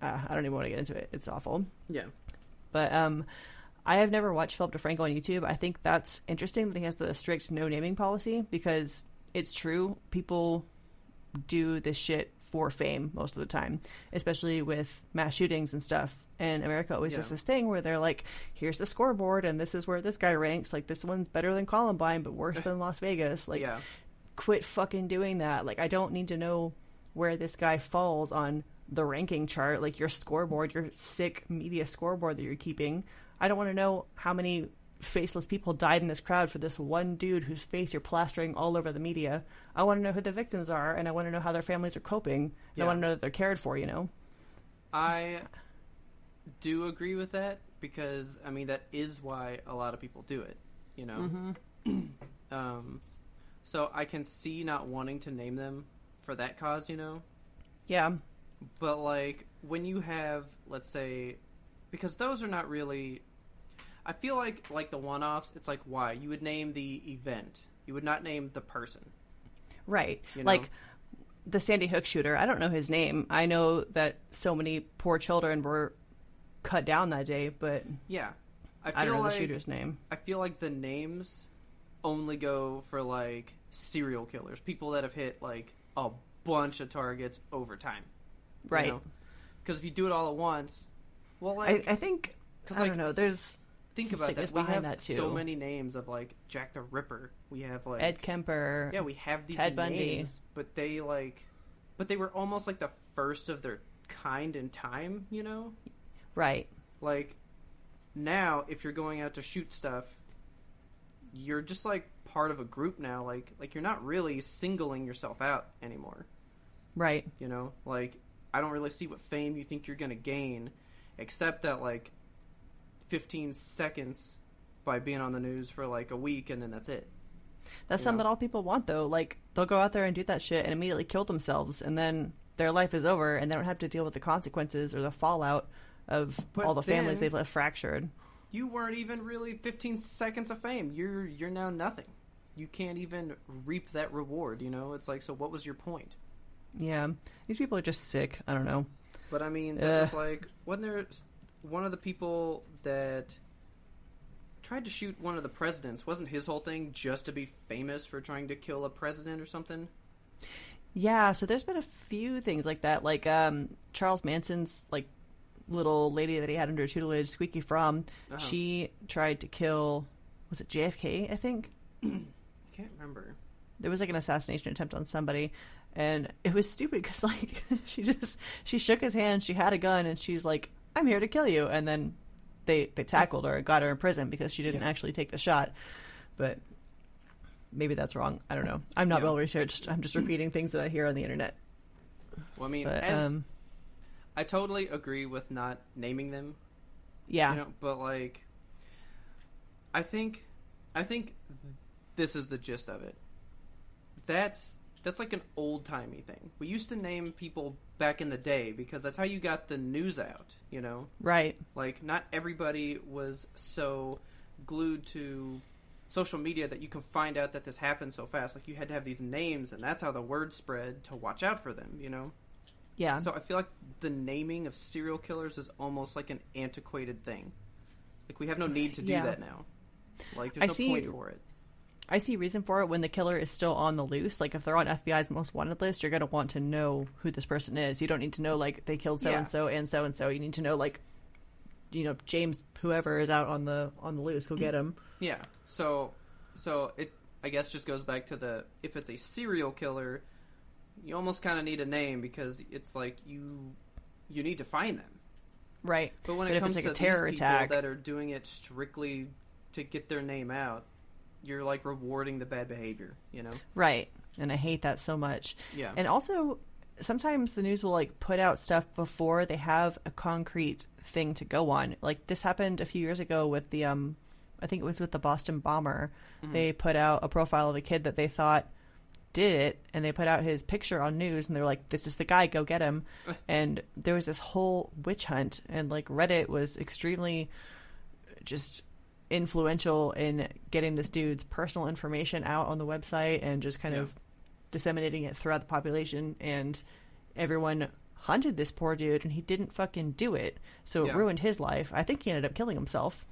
uh, I don't even want to get into it. It's awful. Yeah. But um, I have never watched Philip DeFranco on YouTube. I think that's interesting that he has the strict no naming policy because it's true. People do this shit for fame most of the time, especially with mass shootings and stuff. And America always does Yeah. this thing where they're like, here's the scoreboard and this is where this guy ranks. Like, this one's better than Columbine, but worse than Las Vegas. Like, yeah. quit fucking doing that. Like, I don't need to know where this guy falls on the ranking chart, like your scoreboard, your sick media scoreboard that you're keeping. I don't want to know how many faceless people died in this crowd for this one dude whose face you're plastering all over the media. I want to know who the victims are, and I want to know how their families are coping. and Yeah. I want to know that they're cared for, you know? I do agree with that because I mean that is why a lot of people do it, you know. Mm-hmm. um, so I can see not wanting to name them for that cause, you know. Yeah. But like when you have, let's say, because those are not really. I feel like like the one-offs. It's like why you would name the event. You would not name the person. Right. You know? Like the Sandy Hook shooter, I don't know his name. I know that so many poor children were cut down that day, but Yeah, feel I don't know like the shooter's name. I feel like the names only go for like serial killers, people that have hit like a bunch of targets over time. Right. Because if you do it all at once, well, I, like I think 'Cause, I like, don't know. There's think some about sickness that. We have behind that, too. so many names of like Jack the Ripper. We have like Ed Kemper. yeah, we have these Ted Bundy. names, but they like, but they were almost like the first of their kind in time. You know, Right. like now if you're going out to shoot stuff you're just like part of a group now like like you're not really singling yourself out anymore Right. you know like i don't really see what fame you think you're going to gain except that like 15 seconds by being on the news for like a week and then that's it That's You something know? that all people want though. Like they'll go out there and do that shit and immediately kill themselves and then their life is over and they don't have to deal with the consequences or the fallout of But all the families then- they've left fractured. you weren't even really 15 seconds of fame you're you're now nothing you can't even reap that reward you know it's like so what was your point Yeah. These people are just sick. I don't know. But I mean, Ugh. that was like wasn't there s- one of the people that tried to shoot one of the presidents? Wasn't his whole thing just to be famous for trying to kill a president or something? Yeah, so there's been a few things like that, like um, Charles Manson's like little lady that he had under tutelage, Squeaky Fromm. Uh-huh. She tried to kill, was it JFK? I think I can't remember. there was like an assassination attempt on somebody, and it was stupid because like she just she shook his hand, she had a gun, and she's like, "I'm here to kill you," and then they they tackled her and got her in prison because she didn't Yeah. actually take the shot, but. Maybe that's wrong. I don't know. I'm not Yeah. well researched. I'm just repeating things that I hear on the internet. Well, I mean, But as, um, I totally agree with not naming them, yeah, you know, but like, I think, I think this is the gist of it. That's that's like an old timey thing. We used to name people back in the day because that's how you got the news out, you know. Right. Like, not everybody was so glued to social media that you can find out that this happened so fast. Like, you had to have these names, and that's how the word spread to watch out for them, you know? Yeah. So I feel like the naming of serial killers is almost like an antiquated thing. Like, we have no need to do Yeah. that now. Like, there's I no see- point for it. I see reason for it when the killer is still on the loose. Like if they're on FBI's most wanted list, you're going to want to know who this person is. You don't need to know like they killed so Yeah. and so and so and so. You need to know like you know James whoever is out on the on the loose, go get him. Yeah. So, so it, I guess, just goes back to the if it's a serial killer, you almost kind of need a name because it's like you, you need to find them. Right. But when But it if it's comes like to a terror these attack- people that are doing it strictly to get their name out, you're like rewarding the bad behavior, you know? Right. And I hate that so much. Yeah. And also sometimes the news will like put out stuff before they have a concrete thing to go on. Like this happened a few years ago with the um I think it was with the Boston bomber. They put out a profile of a kid that they thought did it and they put out his picture on news and they were like this is the guy go get him and there was this whole witch hunt and like reddit was extremely just influential in getting this dude's personal information out on the website and just kind Yeah. of disseminating it throughout the population and everyone hunted this poor dude and he didn't fucking do it so it Yeah. Eh. ruined his life i think he ended up killing himself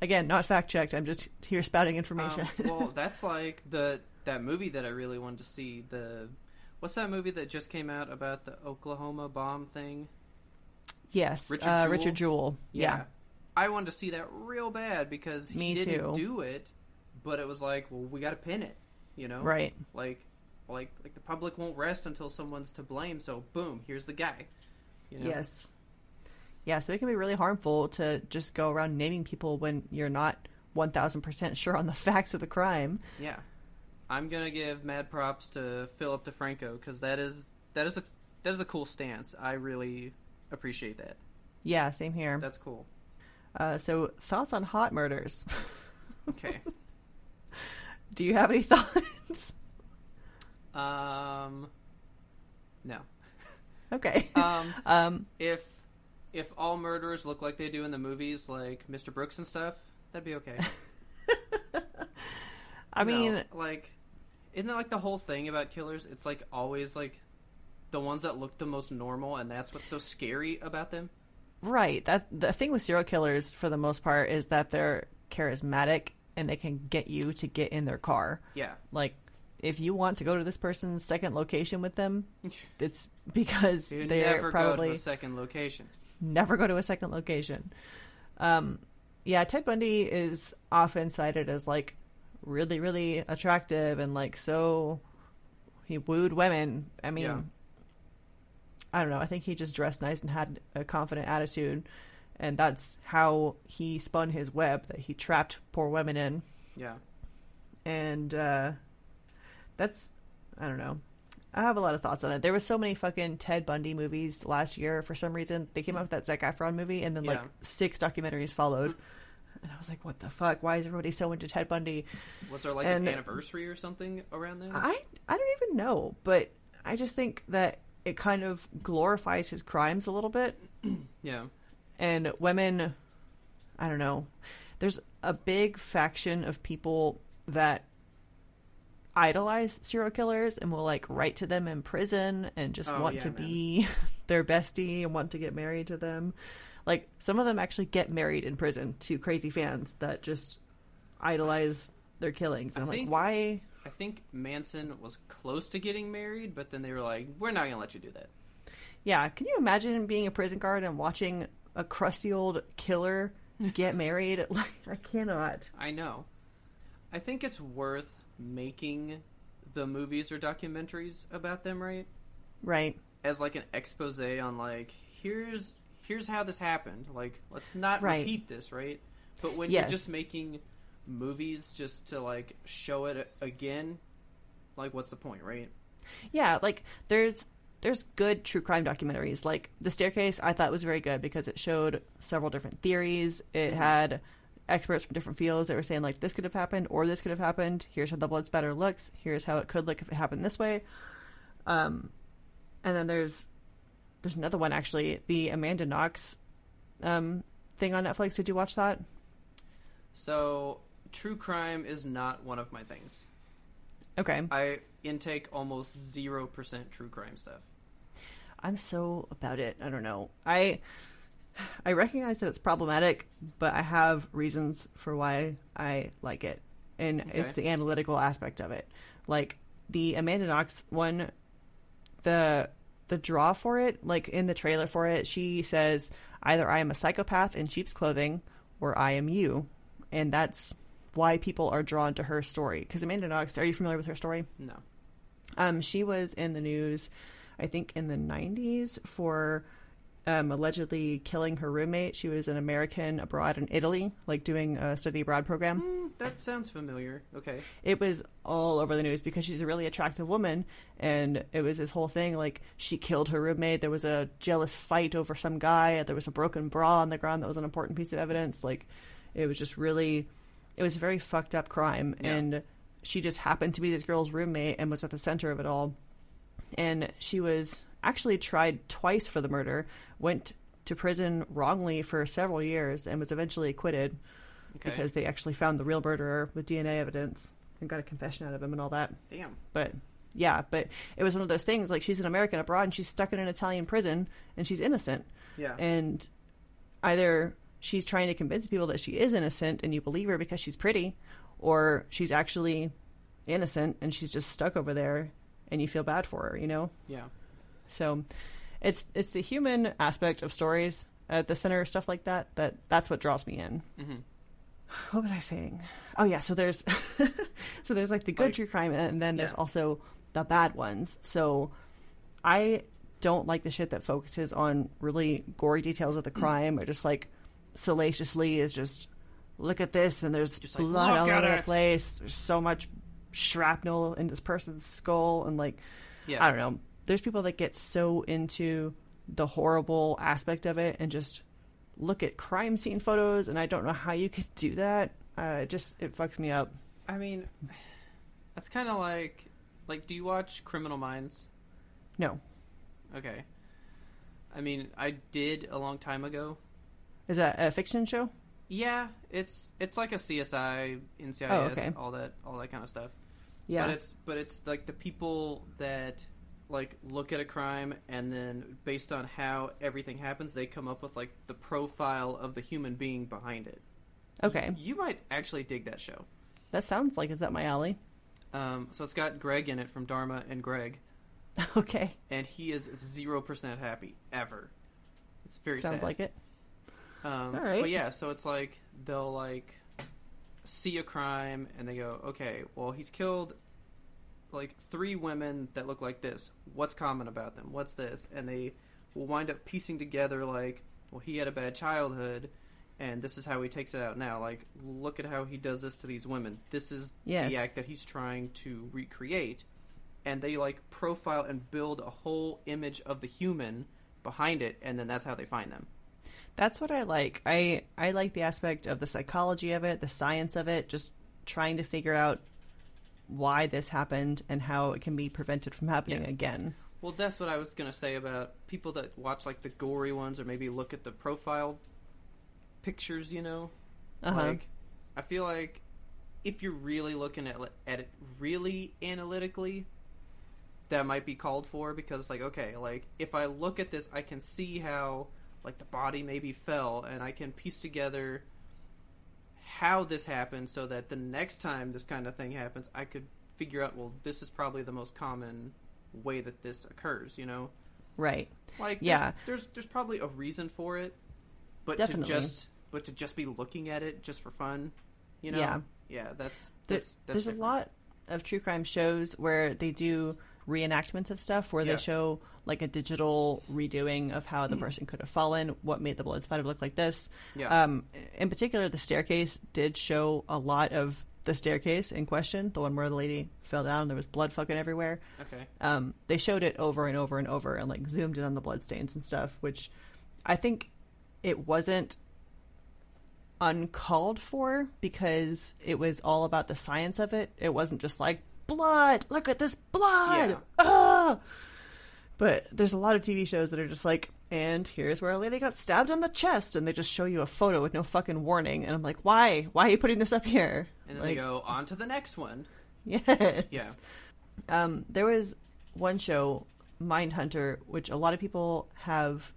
again not fact checked i'm just here spouting information Um, well, that's like the that movie that I really wanted to see. The what's that movie that just came out about the Oklahoma bomb thing? yes Richard uh, Jewell? richard jewell yeah. I wanted to see that real bad because he Me didn't too. do it, but it was like, well, we got to pin it, you know? Right. Like, like, like the public won't rest until someone's to blame. So, boom, here's the guy. You know? Yes. Yeah, so it can be really harmful to just go around naming people when you're not 1000% sure on the facts of the crime. Yeah. I'm gonna give mad props to Philip DeFranco because that is that is a that is a cool stance. I really appreciate that. Yeah, same here. That's cool. Uh, so, thoughts on hot murders? Okay. Do you have any thoughts? Um, no. okay. Um, um, if if all murderers look like they do in the movies, like Mr. Brooks and stuff, that'd be okay. No, I mean, like, isn't that like the whole thing about killers? It's like always like the ones that look the most normal, and that's what's so scary about them. right. That the thing with serial killers for the most part is that they're charismatic and they can get you to get in their car. Yeah, Like if you want to go to this person's second location with them, it's because you they're never probably go to a second location. never go to a second location. Um, yeah, Ted Bundy is often cited as like really, really attractive and like so he wooed women. I mean, Yeah. I don't know. I think he just dressed nice and had a confident attitude, and that's how he spun his web that he trapped poor women in. Yeah, And uh, that's I don't know. I have a lot of thoughts on it. There was so many fucking Ted Bundy movies last year for some reason. They came out with that Zac Efron movie, and then like Yeah. six documentaries followed. And I was like, "What the fuck? Why is everybody so into Ted Bundy?" was there like And- an anniversary or something around then? I I don't even know, but I just think that it kind of glorifies his crimes a little bit, yeah, and women. I don't know. There's a big faction of people that idolize serial killers and will like write to them in prison and just Oh, want yeah, to man. be their bestie and want to get married to them. Like some of them actually get married in prison to crazy fans that just idolize their killings. I And I'm like, think- why? I think Manson was close to getting married, but then they were like, "We're not gonna let you do that." Yeah, can you imagine being a prison guard and watching a crusty old killer get married? Like, I cannot. I know. I think it's worth making the movies or documentaries about them, right? Right. As like an expose on like here's here's how this happened. Like let's not Right. repeat this, right? But when Yes. you're just making movies just to like show it again, like what's the point, right? Yeah, like there's there's good true crime documentaries. Like The Staircase I thought was very good because it showed several different theories. It had experts from different fields that were saying like this could have happened or this could have happened. Here's how the blood spatter looks. Here's how it could look if it happened this way. Um and then there's there's another one actually, the Amanda Knox um thing on Netflix. Did you watch that? So true crime is not one of my things. Okay. I intake almost zero percent true crime stuff. I'm so about it. I don't know. I I recognize that it's problematic, but I have reasons for why I like it. And it's Okay. the analytical aspect of it. Like the Amanda Knox one the the draw for it, like in the trailer for it, she says either I am a psychopath in sheep's clothing or I am you. And that's why people are drawn to her story. Because Amanda Knox, are you familiar with her story? No. Um, she was in the news, I think, in the 90s for um, allegedly killing her roommate. She was an American abroad in Italy, like doing a study abroad program. Hmm, that sounds familiar. Okay. It was all over the news because she's a really attractive woman, and it was this whole thing like she killed her roommate. There was a jealous fight over some guy. There was a broken bra on the ground that was an important piece of evidence. Like, it was just really, it was a very fucked up crime, Yeah. and she just happened to be this girl's roommate and was at the center of it all and she was actually tried twice for the murder, went to prison wrongly for several years, and was eventually acquitted Okay. because they actually found the real murderer with DNA evidence and got a confession out of him and all that. Damn. But yeah, but it was one of those things like she's an American abroad and she's stuck in an Italian prison and she's innocent. Yeah. And either she's trying to convince people that she is innocent and you believe her because she's pretty, or she's actually innocent and she's just stuck over there and you feel bad for her, you know? yeah. So it's it's the human aspect of stories at the center of stuff like that that that's what draws me in. Mm-hmm. What was I saying? Oh yeah, so there's so there's like the good Like- true crime and then there's Yeah. also the bad ones. So I don't like the shit that focuses on really gory details of the Mm. crime or just like salaciously is just look at this and there's Just, like, blood look all at over the it. place. There's so much shrapnel in this person's skull and like Yeah. I don't know. There's people that get so into the horrible aspect of it and just look at crime scene photos, and I don't know how you could do that. Uh, it just it fucks me up. I mean, that's kind of like, like, do you watch Criminal Minds? No, Okay. I mean, I did a long time ago. is that a fiction show? Yeah, it's it's like a CSI, NCIS, Oh, okay. all that all that kind of stuff. Yeah, But it's but it's like the people that like look at a crime and then based on how everything happens, they come up with like the profile of the human being behind it. okay. You might actually dig that show. That sounds like is that my alley? Um, so it's got Greg in it from Dharma and Greg, okay, and he is zero percent happy ever. It's very sounds sad. like it. Um, All right. But yeah, so it's like they'll like see a crime and they go, okay, well he's killed like three women that look like this. What's common about them? What's this? And they will wind up piecing together like, well he had a bad childhood, and this is how he takes it out now. Like look at how he does this to these women. This is Yes. the act that he's trying to recreate. And they like profile and build a whole image of the human behind it, and then that's how they find them. That's what I like. I I like the aspect of the psychology of it, the science of it, just trying to figure out why this happened and how it can be prevented from happening Yeah. again. Well, that's what I was gonna say about people that watch like the gory ones, or maybe look at the profile pictures. You know, Uh-huh. like I feel like if you're really looking at at it really analytically, that might be called for because like okay, like if I look at this, I can see how like the body maybe fell, and I can piece together how this happened so that the next time this kind of thing happens, I could figure out well, this is probably the most common way that this occurs. You know. right. Like Yeah. there's, there's there's probably a reason for it, but Definitely. to just but to just be looking at it just for fun, you know? Yeah. Yeah, that's There- that's, that's there's different. a lot of true crime shows where they do reenactments of stuff where Yeah. Mm. they show like a digital redoing of how the person could have fallen, what made the blood spatter look like this. Yeah. Um, in particular, the staircase did show a lot of the staircase in question, the one where the lady fell down and there was blood fucking everywhere. Okay. Um, they showed it over and over and over and like zoomed in on the bloodstains and stuff, which I think it wasn't uncalled for because it was all about the science of it. It wasn't just like blood. Look at this blood. Yeah. Ah! But there's a lot of TV shows that are just like, and here's where a lady got stabbed in the chest, and they just show you a photo with no fucking warning, and I'm like, why? Why are you putting this up here? And then like, they go on to the next one. Yes. Yeah. Um, there was one show, Mindhunter, which a lot of people have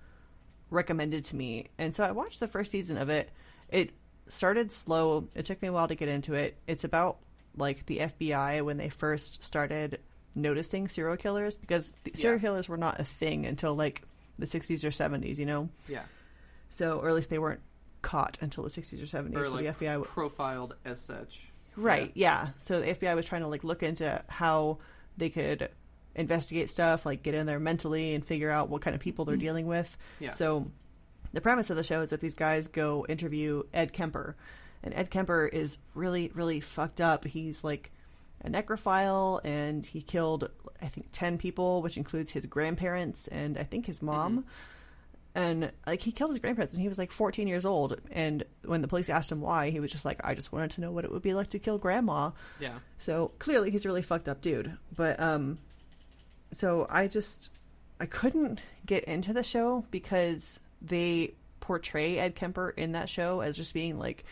recommended to me. And so I watched the first season of it. It started slow. It took me a while to get into it. It's about like the FBI when they first started noticing serial killers because the serial Yeah. killers were not a thing until like the 60s or 70s, you know. Yeah. So or at least they weren't caught until the 60s or 70s. Or so like the FBI w- profiled as such. Right. Yeah. So the FBI was trying to like look into how they could investigate stuff, like get in there mentally and figure out what kind of people they're dealing with. Yeah. So the premise of the show is that these guys go interview Ed Kemper. And Ed Kemper is really, really fucked up. He's like a necrophile and he killed, I think, 10 people, which includes his grandparents and I think his mom and like he killed his grandparents when he was like 14 years old and when the police asked him why he was just like i just wanted to know what it would be like to kill grandma Yeah. so clearly he's a really fucked up dude but um so i just i couldn't get into the show because they portray ed kemper in that show as just being like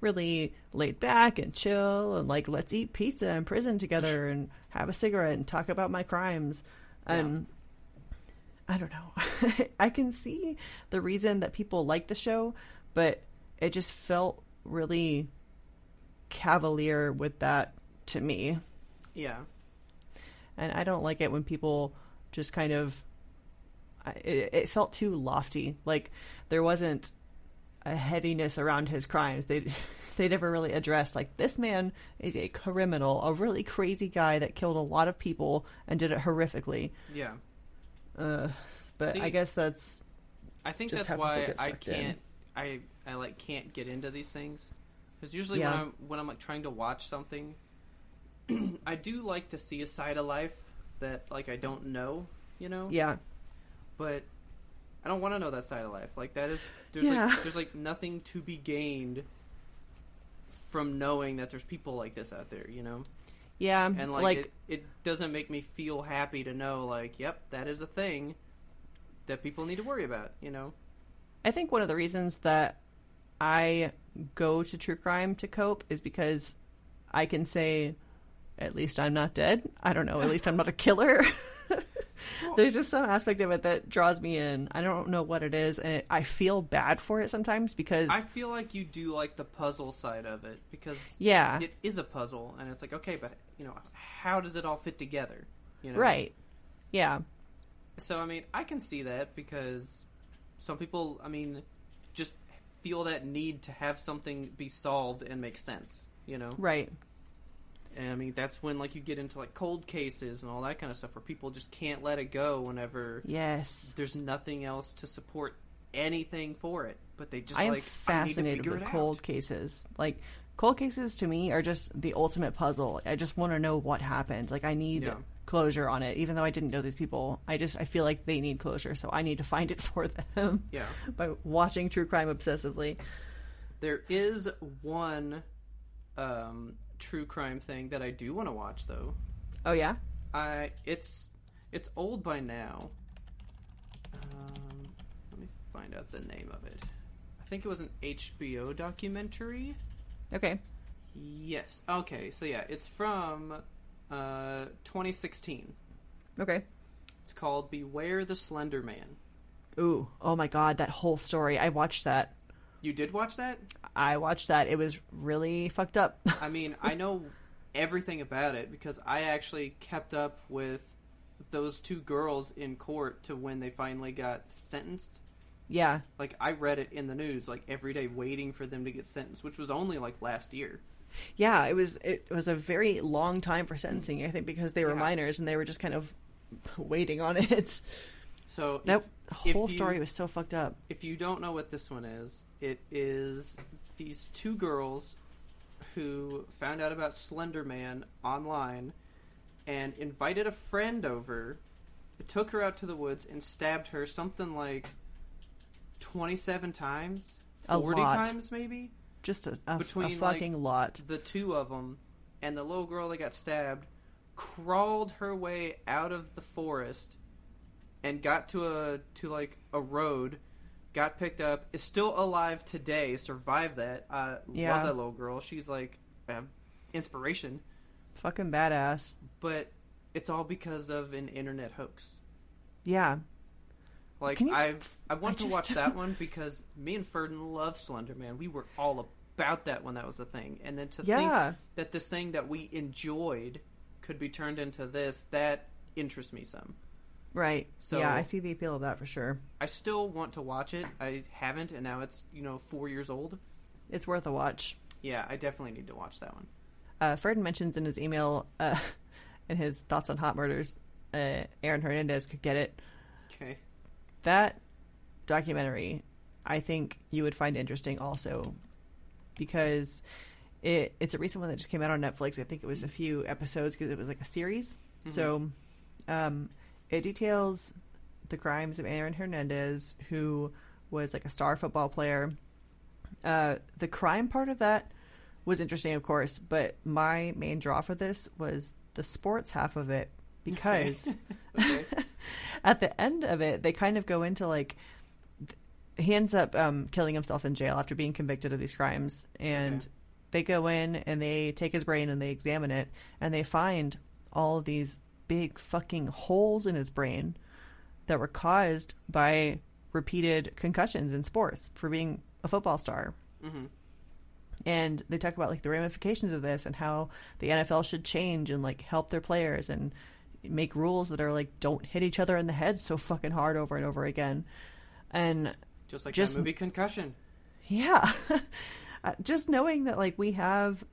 really laid back and chill and like let's eat pizza in prison together and have a cigarette and talk about my crimes and I don't know. I can see the reason that people like the show, but it just felt really cavalier with that to me. Yeah. And I don't like it when people just kind of. I- It, it felt too lofty. Like there wasn't a heaviness around his crimes. They they never really addressed like this man is a criminal, a really crazy guy that killed a lot of people and did it horrifically. Yeah. Uh, but I See- guess that's I think Just that's how people why get I sucked in. can't. I I like can't get into these things because usually Yeah. when I'm when I'm like trying to watch something, I do like to see a side of life that like I don't know, you know. yeah. But I don't want to know that side of life. Like that is there's Yeah. like there's like nothing to be gained from knowing that there's people like this out there, you know. Yeah, And like, it, it doesn't make me feel happy to know like, yep, that is a thing that people need to worry about, you know. I think one of the reasons that I go to true crime to cope is because I can say, at least I'm not dead. I don't know. At least I'm not a killer. There's just some aspect of it that draws me in. I don't know what it is, and it, I feel bad for it sometimes because I feel like you do like the puzzle side of it because yeah, it is a puzzle, and it's like okay, but you know, how does it all fit together? You know, right, yeah, So I mean, I can see that because some people, I mean, just feel that need to have something be solved and make sense. You know, right, and I mean that's when like you get into like cold cases and all that kind of stuff where people just can't let it go whenever yes. there's nothing else to support anything for it, but they just I like am I need to fascinated figure with it out. cold cases. Like cold cases to me are just the ultimate puzzle. I just want to know what happened. Like I need Yeah. closure on it. Even though I didn't know these people, I just I feel like they need closure, so I need to find it for them Yeah. by watching true crime obsessively. There is one um, true crime thing that I do want to watch though. Oh yeah, I it's it's old by now. Um, let me find out the name of it. I think it was an HBO documentary. okay, Yes. Okay. So yeah, it's from uh, 2016. okay. It's called Beware the Slender Man. Ooh, oh my god, that whole story. I watched that. You did watch that? I watched that. It was really fucked up. I mean, I know everything about it because I actually kept up with those two girls in court to when they finally got sentenced. yeah, Like I read it in the news like every day waiting for them to get sentenced, which was only like last year. yeah it was it was a very long time for sentencing i think because they were Yeah. minors and they were just kind of waiting on it So that if whole you- story was so fucked up if you don't know what this one is, it is these two girls who found out about Slender Man online and invited a friend over, took her out to the woods, and stabbed her something like 27 times, A 40 lot. times maybe. just a, a, Between, a like, fucking lot The two of them, and the little girl that got stabbed, crawled her way out of the forest and got to a to like a road, got picked up, is still alive today, survived that. I Yeah. love that little girl. She's like um, inspiration, fucking badass but it's all because of an internet hoax. yeah Like Can you- I I want I to just- watch that one because me and Ferdin love Slender Man. We were all about that when that was a thing. And then to Yeah. think that this thing that we enjoyed could be turned into this, that interests me some. right So- yeah i see the appeal of that for sure I still want to watch it. I haven't and now it's, you know, 4 years old. it's worth a watch Yeah, I definitely need to watch that one. uh, ferd mentions in his email uh, in his thoughts on hot murders uh, Aaron Hernandez could get it. Okay. That documentary, I think you would find interesting also, because it it's a recent one that just came out on Netflix. I think it was a few episodes because it was like a series. So, um, it details the crimes of Aaron Hernandez, who was like a star football player. Uh, the crime part of that was interesting, of course, but my main draw for this was the sports half of it because Okay. at the end of it, they kind of go into like th- he ends up um, killing himself in jail after being convicted of these crimes, and Okay. they go in and they take his brain and they examine it, and they find all of these big fucking holes in his brain that were caused by repeated concussions in sports for being a football star Mhm. and they talk about like the ramifications of this and how the NFL should change and like help their players and make rules that are like don't hit each other in the head so fucking hard over and over again. And Just like Just- that movie Concussion. yeah, Uh, just knowing that like we have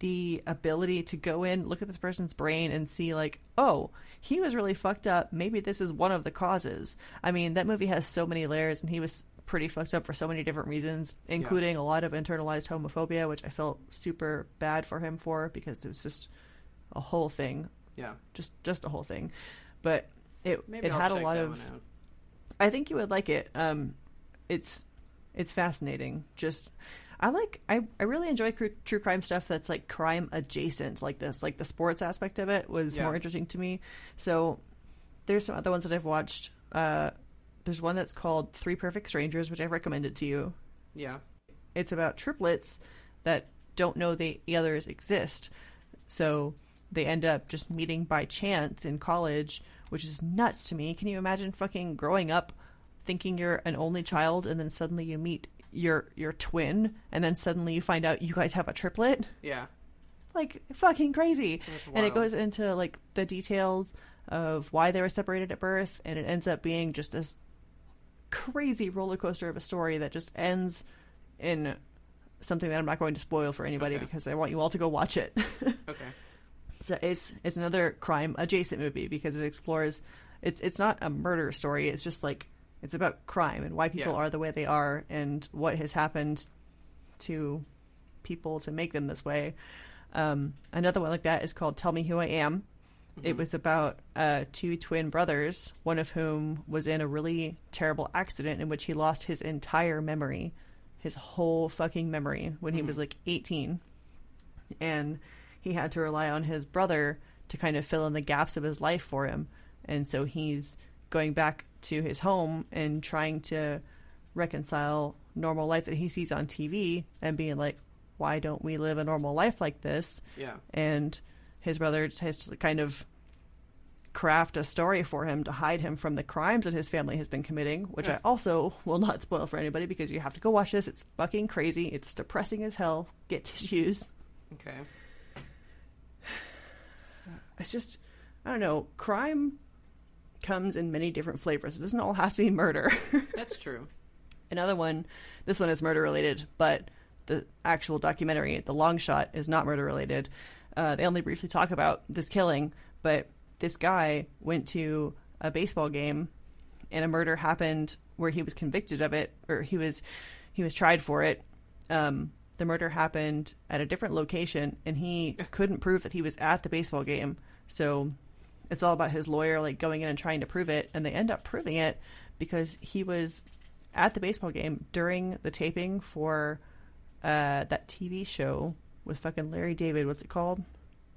the ability to go in, look at this person's brain and see like, oh, he was really fucked up. Maybe this is one of the causes. I mean, that movie has so many layers and he was pretty fucked up for so many different reasons, including a lot of internalized homophobia, which I felt super bad for him for because it was just a whole thing, Yeah. just just a whole thing. But it Maybe it I'll had a check lot that of one out. I think you would like it. Um, it's it's fascinating. Just I like I, I really enjoy cru- true crime stuff that's like crime adjacent like this. Like the sports aspect of it was Yeah. more interesting to me. So there's some other ones that I've watched. Uh, there's one that's called Three Perfect Strangers, which I've recommended to you. Yeah. It's about triplets that don't know the others exist. So they end up just meeting by chance in college, which is nuts to me. Can you imagine fucking growing up thinking you're an only child and then suddenly you meet your your twin and then suddenly you find out you guys have a triplet? Yeah. Like fucking crazy. That's And wild. it goes into like the details of why they were separated at birth and it ends up being just this crazy roller coaster of a story that just ends in something that I'm not going to spoil for anybody Okay. because I want you all to go watch it. Okay. So it's it's another crime adjacent movie because it explores it's it's not a murder story, it's just like it's about crime and why people Yeah. are the way they are and what has happened to people to make them this way. Um, another one like that is called Tell Me Who I Am. It was about uh, two twin brothers, one of whom was in a really terrible accident in which he lost his entire memory, his whole fucking memory, when he was like 18. And he had to rely on his brother to kind of fill in the gaps of his life for him. And so he's going back to his home and trying to reconcile normal life that he sees on TV and being like, why don't we live a normal life like this? Yeah. and his brother just has to kind of craft a story for him to hide him from the crimes that his family has been committing, which Yeah. I also will not spoil for anybody because you have to go watch this. It's fucking crazy. It's depressing as hell. Get tissues. Okay. It's just, I don't know, crime comes in many different flavors. It doesn't all have to be murder. That's true. Another one, this one is murder related, but the actual documentary, The Long Shot, is not murder related. Uh, they only briefly talk about this killing, but this guy went to a baseball game and a murder happened where he was convicted of it, or he was he was tried for it. Um, the murder happened at a different location, and he couldn't prove that he was at the baseball game. So it's all about his lawyer like going in and trying to prove it, and they end up proving it because he was at the baseball game during the taping for uh, that TV show with fucking Larry David. What's it called?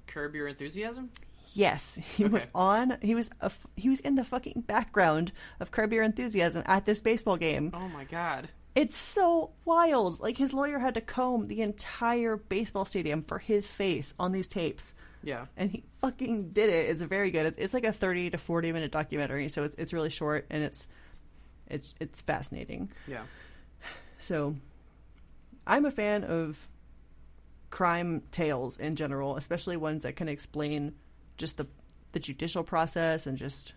Curb your enthusiasm. Yes, he was Okay. on. He was a, f- he was in the fucking background of Curb Your Enthusiasm at this baseball game. Oh my god. It's so wild. Like his lawyer had to comb the entire baseball stadium for his face on these tapes, Yeah. and he fucking did it. It's very good. It's, it's like a thirty to forty minute documentary, so it's it's really short and it's it's it's fascinating. Yeah. So I'm a fan of crime tales in general, especially ones that can explain just the the judicial process and just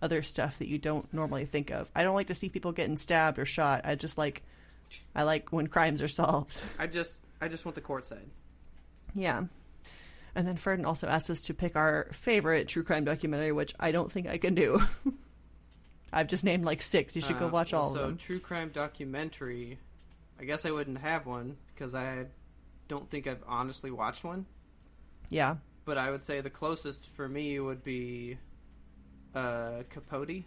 other stuff that you don't normally think of. I don't like to see people getting stabbed or shot. I just like I like when crimes are solved. I just I just want the court side. yeah. And then Ferdinand also asked us to pick our favorite true crime documentary, which I don't think I can do. I've just named like six. You should go Uh, watch all also, of them. True crime documentary. I guess I wouldn't have one because I don't think I've honestly watched one. Yeah. But I would say the closest for me would be uh, Capote.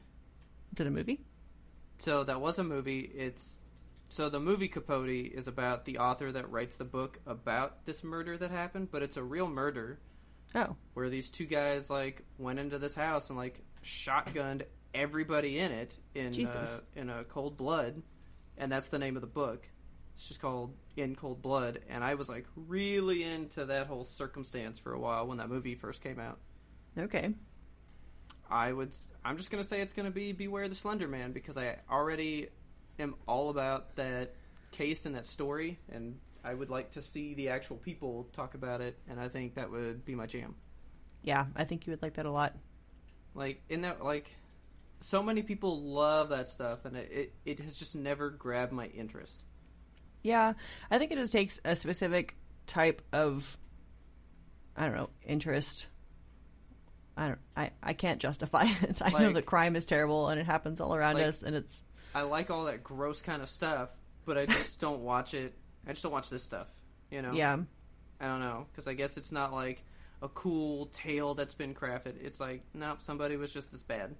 Did a movie? So that was a movie. It's so the movie Capote is about the author that writes the book about this murder that happened, but it's a real murder Oh. where these two guys like went into this house and like shotgunned everybody in it in Jesus. Uh, in a cold blood, and that's the name of the book. It's just called In Cold Blood, and I was like really into that whole circumstance for a while when that movie first came out. Okay. I would. I'm just gonna say it's gonna be Beware the Slender Man because I already am all about that case and that story, and I would like to see the actual people talk about it, and I think that would be my jam. Yeah, I think you would like that a lot. Like in that, like so many people love that stuff, and it it, it has just never grabbed my interest. Yeah, I think it just takes a specific type of I don't know interest. I don't. I, I can't justify it. I know Like- that crime is terrible and it happens all around Like- us, and it's I like all that gross kind of stuff, but I just don't watch it. I just don't watch this stuff. You know? yeah, I don't know because I guess it's not like a cool tale that's been crafted. It's like nope, somebody was just this bad.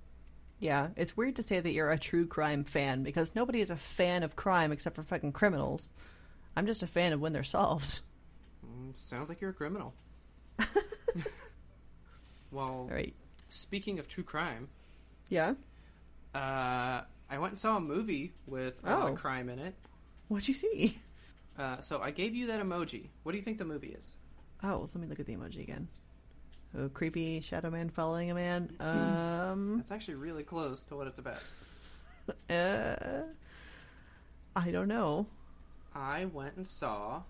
yeah. It's weird to say that you're a true crime fan because nobody is a fan of crime except for fucking criminals. I'm just a fan of when they're solved. Mm, sounds like you're a criminal. well, All right. speaking of true crime, Yeah. uh, I went and saw a movie with a lot Oh. of crime in it. What'd you see? Uh, so I gave you that emoji. What do you think the movie is? Oh, let me look at the emoji again. Oh, creepy shadow man following a man. Um. That's actually really close to what it's about. Uh, I don't know. I went and saw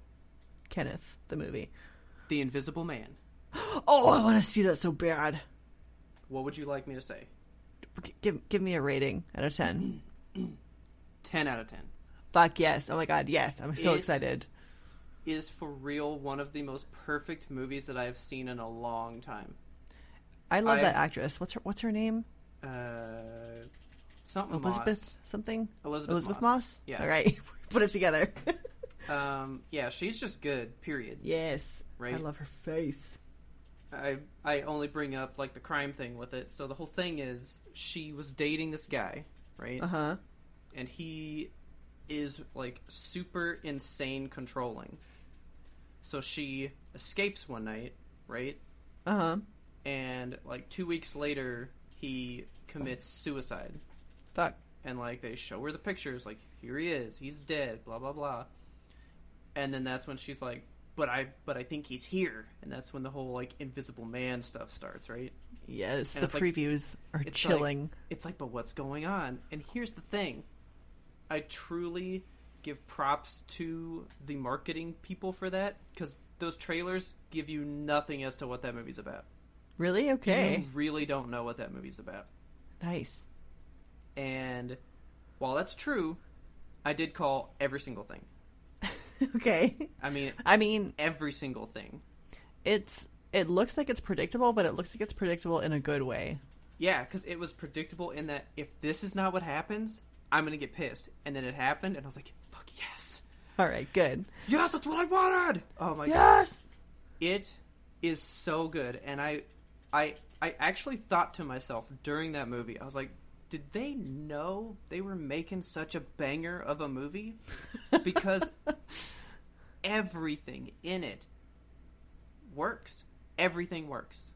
Kenneth, the movie. The Invisible Man. Oh, I want to see that so bad. What would you like me to say? G- Give give me a rating out of ten. 10 out of 10. Fuck yes! Oh my god, yes! I'm so It- excited. Is for real one of the most perfect movies that I have seen in a long time. I love I- that actress. What's her What's her name? Uh, something Elizabeth something. Elizabeth Elizabeth Moss. Moss. Yeah. All right, put it together. Moss. Um, yeah, she's just good, period. yes. I Right. love her face. I I only bring up like the crime thing with it. So the whole thing is she was dating this guy, right? Uh huh. And he is like super insane controlling. So she escapes one night, right? Uh huh. And like 2 weeks later he commits suicide. Fuck. And like they show her the pictures like here he is, he's dead, blah blah blah. And then that's when she's like but I but I think he's here. And that's when the whole like invisible man stuff starts, right? Yes. And the it's like- previews are it's chilling. It's like, but what's going on? And here's the thing I truly give props to the marketing people for that because those trailers give you nothing as to what that movie's about. Really? Okay. You really don't know what that movie's about. Nice. And while that's true, I did call every single thing. okay. I mean, I mean, every single thing. it's it looks like it's predictable, but it looks like it's predictable in a good way. Yeah, because it was predictable in that if this is not what happens, I'm going to get pissed. And then it happened, and I was like, fuck yes. All right, good. Yes, that's what I wanted! Oh my god. yes. it is so good and i i i actually thought to myself during that movie i was like did they know they were making such a banger of a movie because everything in it works everything works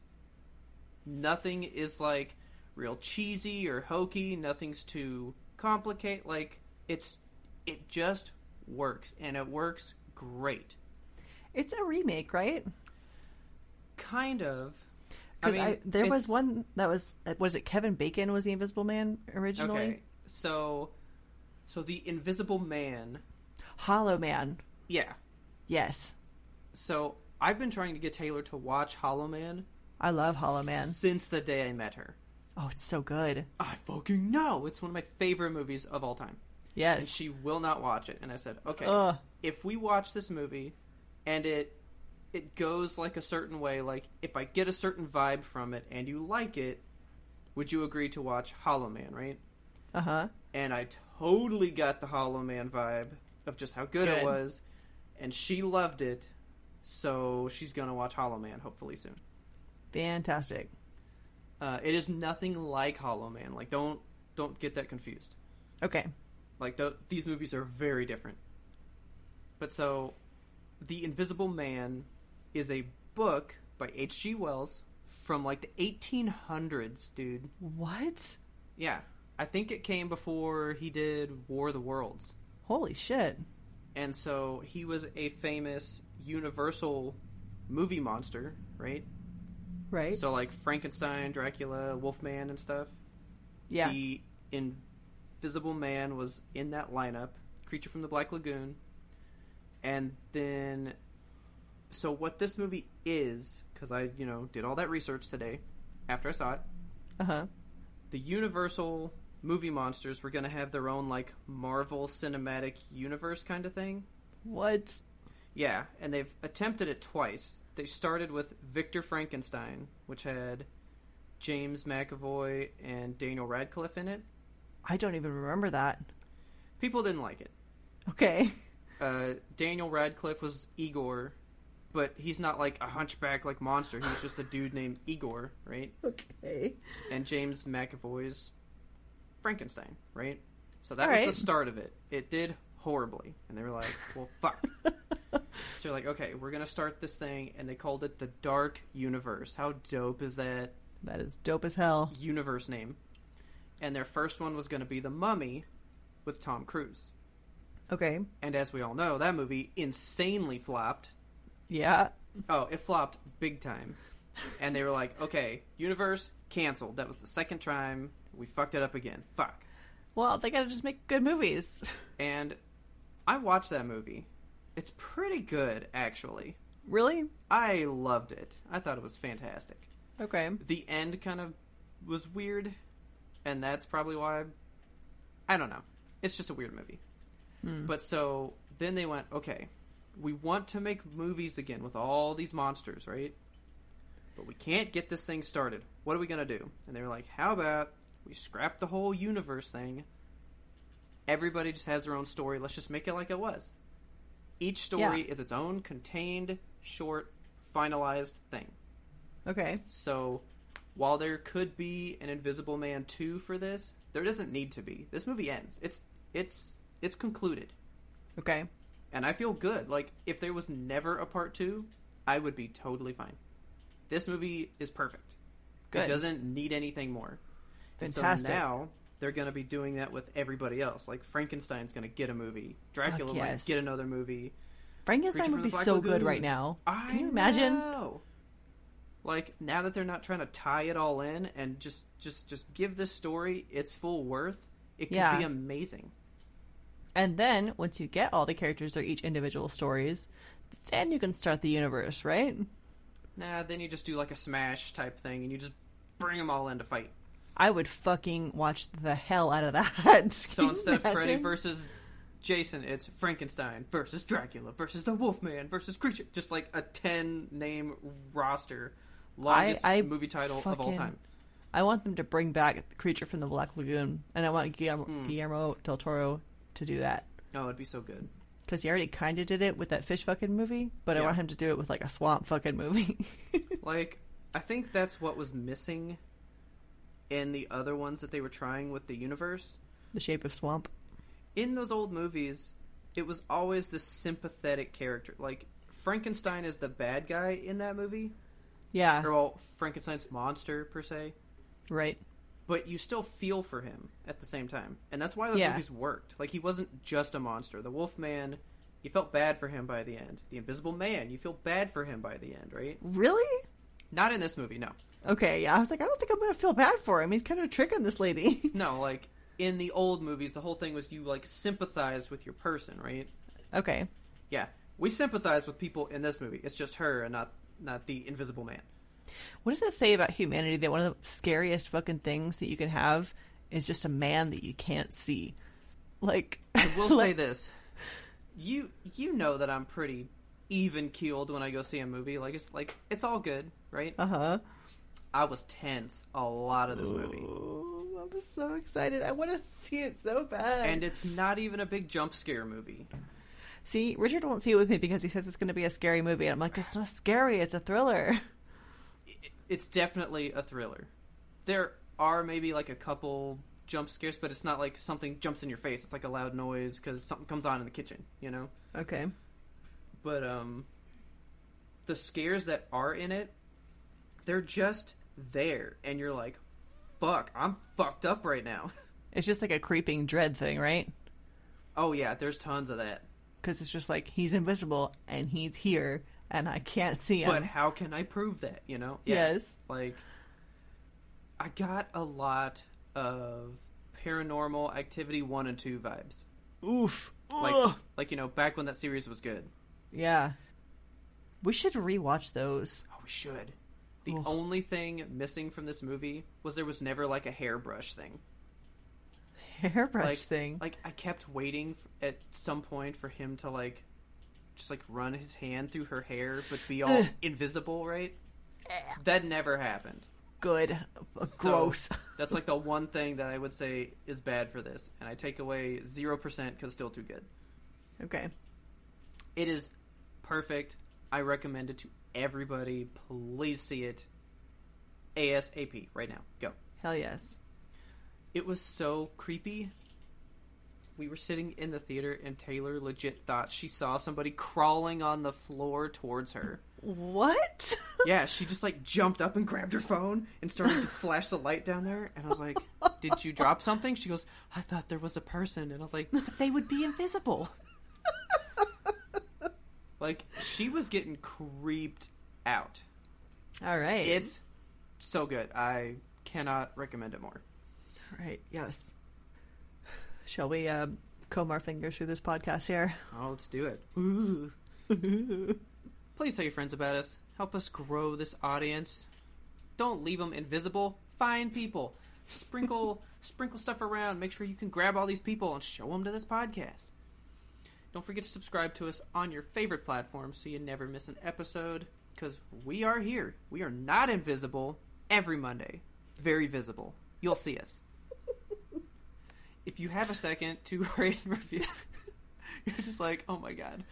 nothing is like real cheesy or hokey nothing's too complicated like it's it just works and it works great It's a remake, right? Kind of. Because mean, there was it's- one that was was it Kevin Bacon was the Invisible Man originally? Okay, so, so the Invisible Man. Hollow Man, Yeah. yes, So I've been trying to get Taylor to watch Hollow Man. I love Hollow Man. Since the day I met her, Oh, it's so good. I fucking know it's one of my favorite movies of all time, and Yes, she will not watch it. And I said, okay, Ugh. if we watch this movie, and it it goes like a certain way. Like if I get a certain vibe from it and you like it, would you agree to watch Hollow Man? Right? Uh huh. And I totally got the Hollow Man vibe of just how good, it Good. was, and she loved it. So she's gonna watch Hollow Man hopefully soon. Fantastic. Uh, it is nothing like Hollow Man. Like don't don't get that confused. Okay. Like th- these movies are very different. But so, The Invisible Man is a book by H.G. Wells from like the 1800s, dude. What? Yeah, I think it came before he did War of the Worlds. Holy shit. And so he was a famous universal movie monster, right? Right? So like Frankenstein, Dracula, Wolfman and stuff. yeah. The Invisible Man was in that lineup, Creature from the Black Lagoon. And then so what this movie is cuz I, you know, did all that research today after I saw it, Uh huh. the Universal movie monsters were going to have their own like Marvel Cinematic Universe kind of thing. What? Yeah, and they've attempted it twice. They started with Victor Frankenstein, which had James McAvoy and Daniel Radcliffe in it. I don't even remember that. People didn't like it. Okay. uh, Daniel Radcliffe was Igor, but he's not like a hunchback like monster. He's just a dude named Igor, right? Okay. And James McAvoy's Frankenstein, right? So that All was the right. start of it. It did horribly, and they were like, "Well, fuck." so they're like, "Okay, we're gonna start this thing," and they called it the Dark Universe. How dope is that That is dope as hell. universe name? And their first one was gonna be the Mummy, with Tom Cruise. Okay. And as we all know, that movie insanely flopped. Yeah. Oh, it flopped big time. And they were like, okay, universe canceled. That was the second time. We fucked it up again. Fuck. Well, they gotta just make good movies. And I watched that movie. It's pretty good, actually. Really? I loved it. I thought it was fantastic. Okay. The end kind of was weird, and that's probably why. I don't know. It's just a weird movie. Hmm. But so then they went, okay, we want to make movies again with all these monsters, right? But we can't get this thing started. What are we going to do? And they were like, how about we scrap the whole universe thing? Everybody just has their own story. Let's just make it like it was. Each story is its own contained, short, finalized thing. Okay. So while there could be an Invisible Man 2 for this, there doesn't need to be. This movie ends. It's it's it's concluded Okay. and I feel good. Like if there was never a part two, I would be totally fine. This movie is perfect. It Good. doesn't need anything more. And Fantastic. So now they're going to be doing that with everybody else. Like Frankenstein's going to get a movie. Dracula yes. might get another movie. Creature Frankenstein from would be the Black so good Lagoon. right now. I Can you imagine? know. Like now that they're not trying to tie it all in and just just just give this story its full worth, it could Yeah. be amazing. And then once you get all the characters or each individual stories, then you can start the universe, right? Nah, then you just do like a smash type thing and you just bring them all in to fight. I would fucking watch the hell out of that. Can So you instead of Freddy imagine? versus Jason, it's Frankenstein versus Dracula versus the Wolfman versus Creature. Just like a 10 name roster. Longest I movie title of all fucking- time. I want them to bring back the creature from the Black Lagoon, and I want Guillermo, Hmm. Guillermo del Toro to do that Oh, it'd be so good. because he already kind of did it with that fish fucking movie, but I Yeah. want him to do it with like a swamp fucking movie. Like, I think that's what was missing in the other ones that they were trying with the universe. the Shape of Swamp. in those old movies, it was always the sympathetic character. Like Frankenstein is the bad guy in that movie, Yeah, or well, Frankenstein's monster per se. right. But you still feel for him at the same time, and that's why those Yeah. movies worked. Like he wasn't just a monster. The Wolfman, you felt bad for him by the end. The Invisible Man, you feel bad for him by the end, right? Really? Not in this movie, no, Okay. Yeah, I was like, I don't think I'm gonna feel bad for him. He's kind of tricking this lady. no. Like in the old movies, the whole thing was you like sympathized with your person, right? okay. Yeah, we sympathize with people in this movie. It's just her and not not the Invisible Man. What does that say about humanity? That one of the scariest fucking things that you can have is just a man that you can't see. Like, I will like- say this: you you know that I'm pretty even keeled when I go see a movie. Like it's like it's all good, right? Uh huh. I was tense a lot of this movie. I was so excited. I want to see it so bad. And it's not even a big jump scare movie. see, Richard won't see it with me because he says it's going to be a scary movie, and I'm like, it's not scary. It's a thriller. It- It's definitely a thriller. There are maybe like a couple jump scares, but it's not like something jumps in your face. It's like a loud noise because something comes on in the kitchen, you know? Okay. but um the scares that are in it they're just there and you're like fuck i'm fucked up right now It's just like a creeping dread thing, right? oh yeah there's tons of that Because it's just like he's invisible and he's here and I can't see him. but how can i prove that you know Yes. like i got a lot of paranormal activity 1 and 2 vibes Oof. like Ugh. like you know back when that series was good yeah. We should rewatch those. oh we should the Oof. only thing missing from this movie was there was never like a hairbrush thing Hairbrush like, thing. Like I kept waiting f- at some point for him to like, just like run his hand through her hair, but be all Ugh. invisible, right? That never happened. Good. Uh, So, Gross. That's like the one thing that I would say is bad for this, and I take away zero percent because still too good. okay. It is perfect. I recommend it to everybody. Please see it ASAP right now. Go. Hell yes. It was so creepy. We were sitting in the theater, and Taylor legit thought she saw somebody crawling on the floor towards her. What? Yeah, she just like jumped up and grabbed her phone and started to flash the light down there. And I was like, Did you drop something? She goes, I thought there was a person. And I was like, But they would be invisible. like, she was getting creeped out. All right. It's so good. I cannot recommend it more. Right. Yes. Shall we uh, comb our fingers through this podcast here? Oh, let's do it. Please tell your friends about us. Help us grow this audience. Don't leave them invisible. Find people. Sprinkle sprinkle stuff around. Make sure you can grab all these people and show them to this podcast. Don't forget to subscribe to us on your favorite platform so you never miss an episode cuz we are here. We are not invisible every Monday. Very visible. You'll see us. If you have a second to rate and review, you're just like, "Oh my god."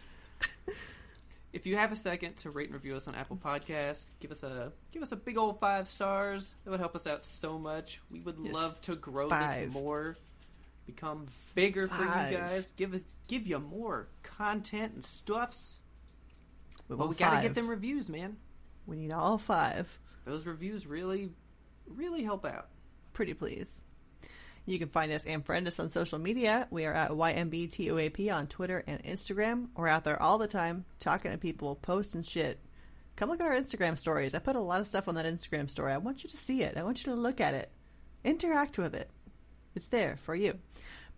If you have a second to rate and review us on Apple Podcasts, give us a give us a big old five stars. That would help us out so much. We would Yes, love to grow five. this more, become bigger for Five. you guys. Give us give you more content and stuffs. We But want we got to five. get them reviews, man. We need all five. Those reviews really really help out. Pretty please. You can find us and friend us on social media. We are at YMBTOAP on Twitter and Instagram. We're out there all the time talking to people, posting shit. Come look at our Instagram stories. I put a lot of stuff on that Instagram story. I want you to see it. I want you to look at it. Interact with it. It's there for you.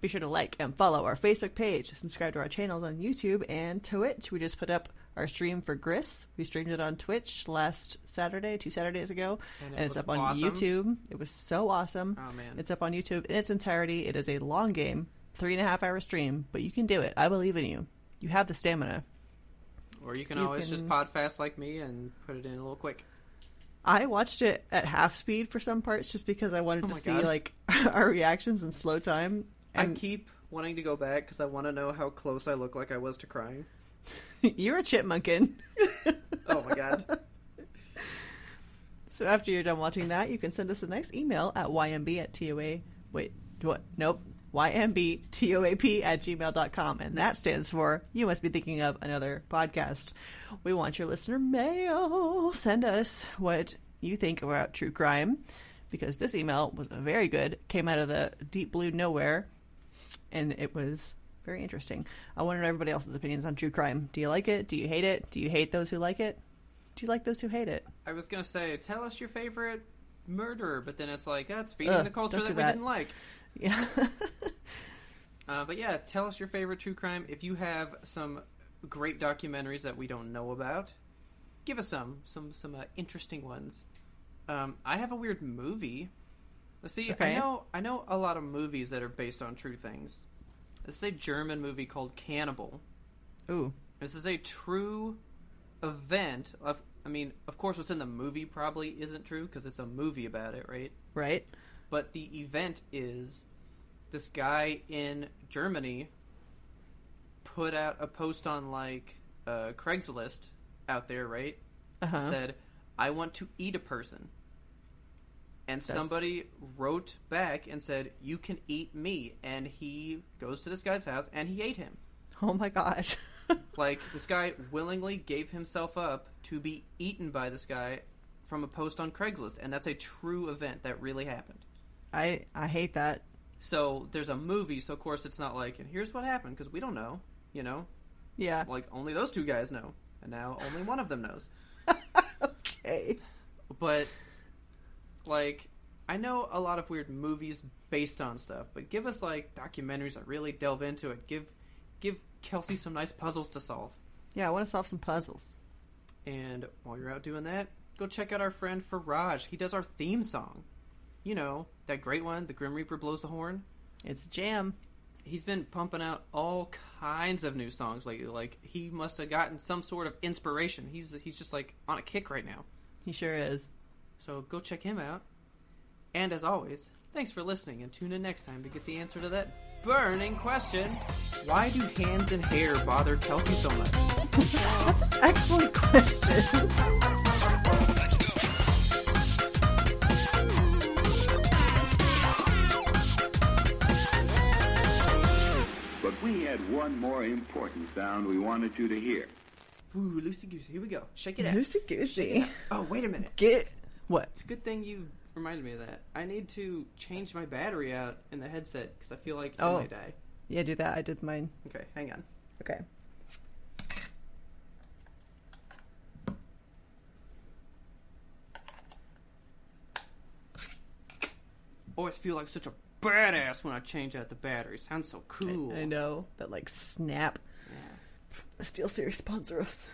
Be sure to like and follow our Facebook page. Subscribe to our channels on YouTube and Twitch. We just put up our stream for Gris. We streamed it on Twitch last Saturday, two Saturdays ago, And and, it it's was up on awesome. YouTube. It was so awesome. Oh man. It's up on YouTube in its entirety. It is a long game, three and a half hour stream, but you can do it. I believe in you. You have the stamina. or you can you always just can- pod fast like me and put it in a little quick. I watched it at half speed for some parts just because I wanted Oh to my see God. like our reactions in slow time. I And keep wanting to go back cuz I want to know how close I look like I was to crying. you're a chipmunkin. Oh my god. So after you're done watching that, you can send us a nice email at ymb at toa. Wait, what? Nope. YMBTOAP at gmail.com. And that stands for You Must Be Thinking of Another Podcast. We want your listener mail. Send us what you think about true crime because this email was very good, came out of the deep blue nowhere, and it was very interesting. I want to know everybody else's opinions on true crime. Do you like it? Do you hate it? Do you hate those who like it? Do you like those who hate it? I was going to say tell us your favorite murderer, but then it's like that's feeding Ugh, the culture don't that, do we that. didn't like. Yeah. Uh, but yeah, tell us your favorite true crime. If you have some great documentaries that we don't know about, give us some some some uh, interesting ones. Um, I have a weird movie. Let's see. Okay. I know I know a lot of movies that are based on true things. This is a German movie called Cannibal. Ooh. This is a true event, of, I mean, of course, what's in the movie probably isn't true because it's a movie about it, right? right? But the event is this guy in Germany put out a post on like uh, Craigslist out there, right? Uh-huh. Said, "I want to eat a person," and That's- somebody wrote back and said, "You can eat me." And he goes to this guy's house and he ate him. oh my gosh. Like this guy willingly gave himself up to be eaten by this guy from a post on Craigslist, and that's a true event that really happened. I I hate that. So there's a movie, so of course it's not like, and here's what happened because we don't know, you know, Yeah. like only those two guys know, and now only one of them knows. Okay. But like, I know a lot of weird movies based on stuff, but give us like documentaries that really delve into it. Give give Kelsey some nice puzzles to solve. Yeah, I want to solve some puzzles. And while you're out doing that, go check out our friend Faraj. He does our theme song. You know that great one, the Grim Reaper blows the horn. It's jam. he's been pumping out all kinds of new songs lately. Like he must have gotten some sort of inspiration. He's he's just like on a kick right now. He sure is. So go check him out. And as always, thanks for listening and tune in next time to get the answer to that burning question. Why do hands and hair bother Kelsey so much? That's an excellent question. But we had one more important sound we wanted you to hear. Ooh, loosey goosey. Here we go. Shake it out. Loosey goosey. Oh, wait a minute. Get what? It's a good thing you reminded me of that. I need to change my battery out in the headset because I feel like it Oh. might die. Yeah, do that. I did mine. Okay, hang on. Okay. always feel like such a badass when I change out the battery. Sounds so cool. I know that like snap. Yeah. Steel Series sponsor us.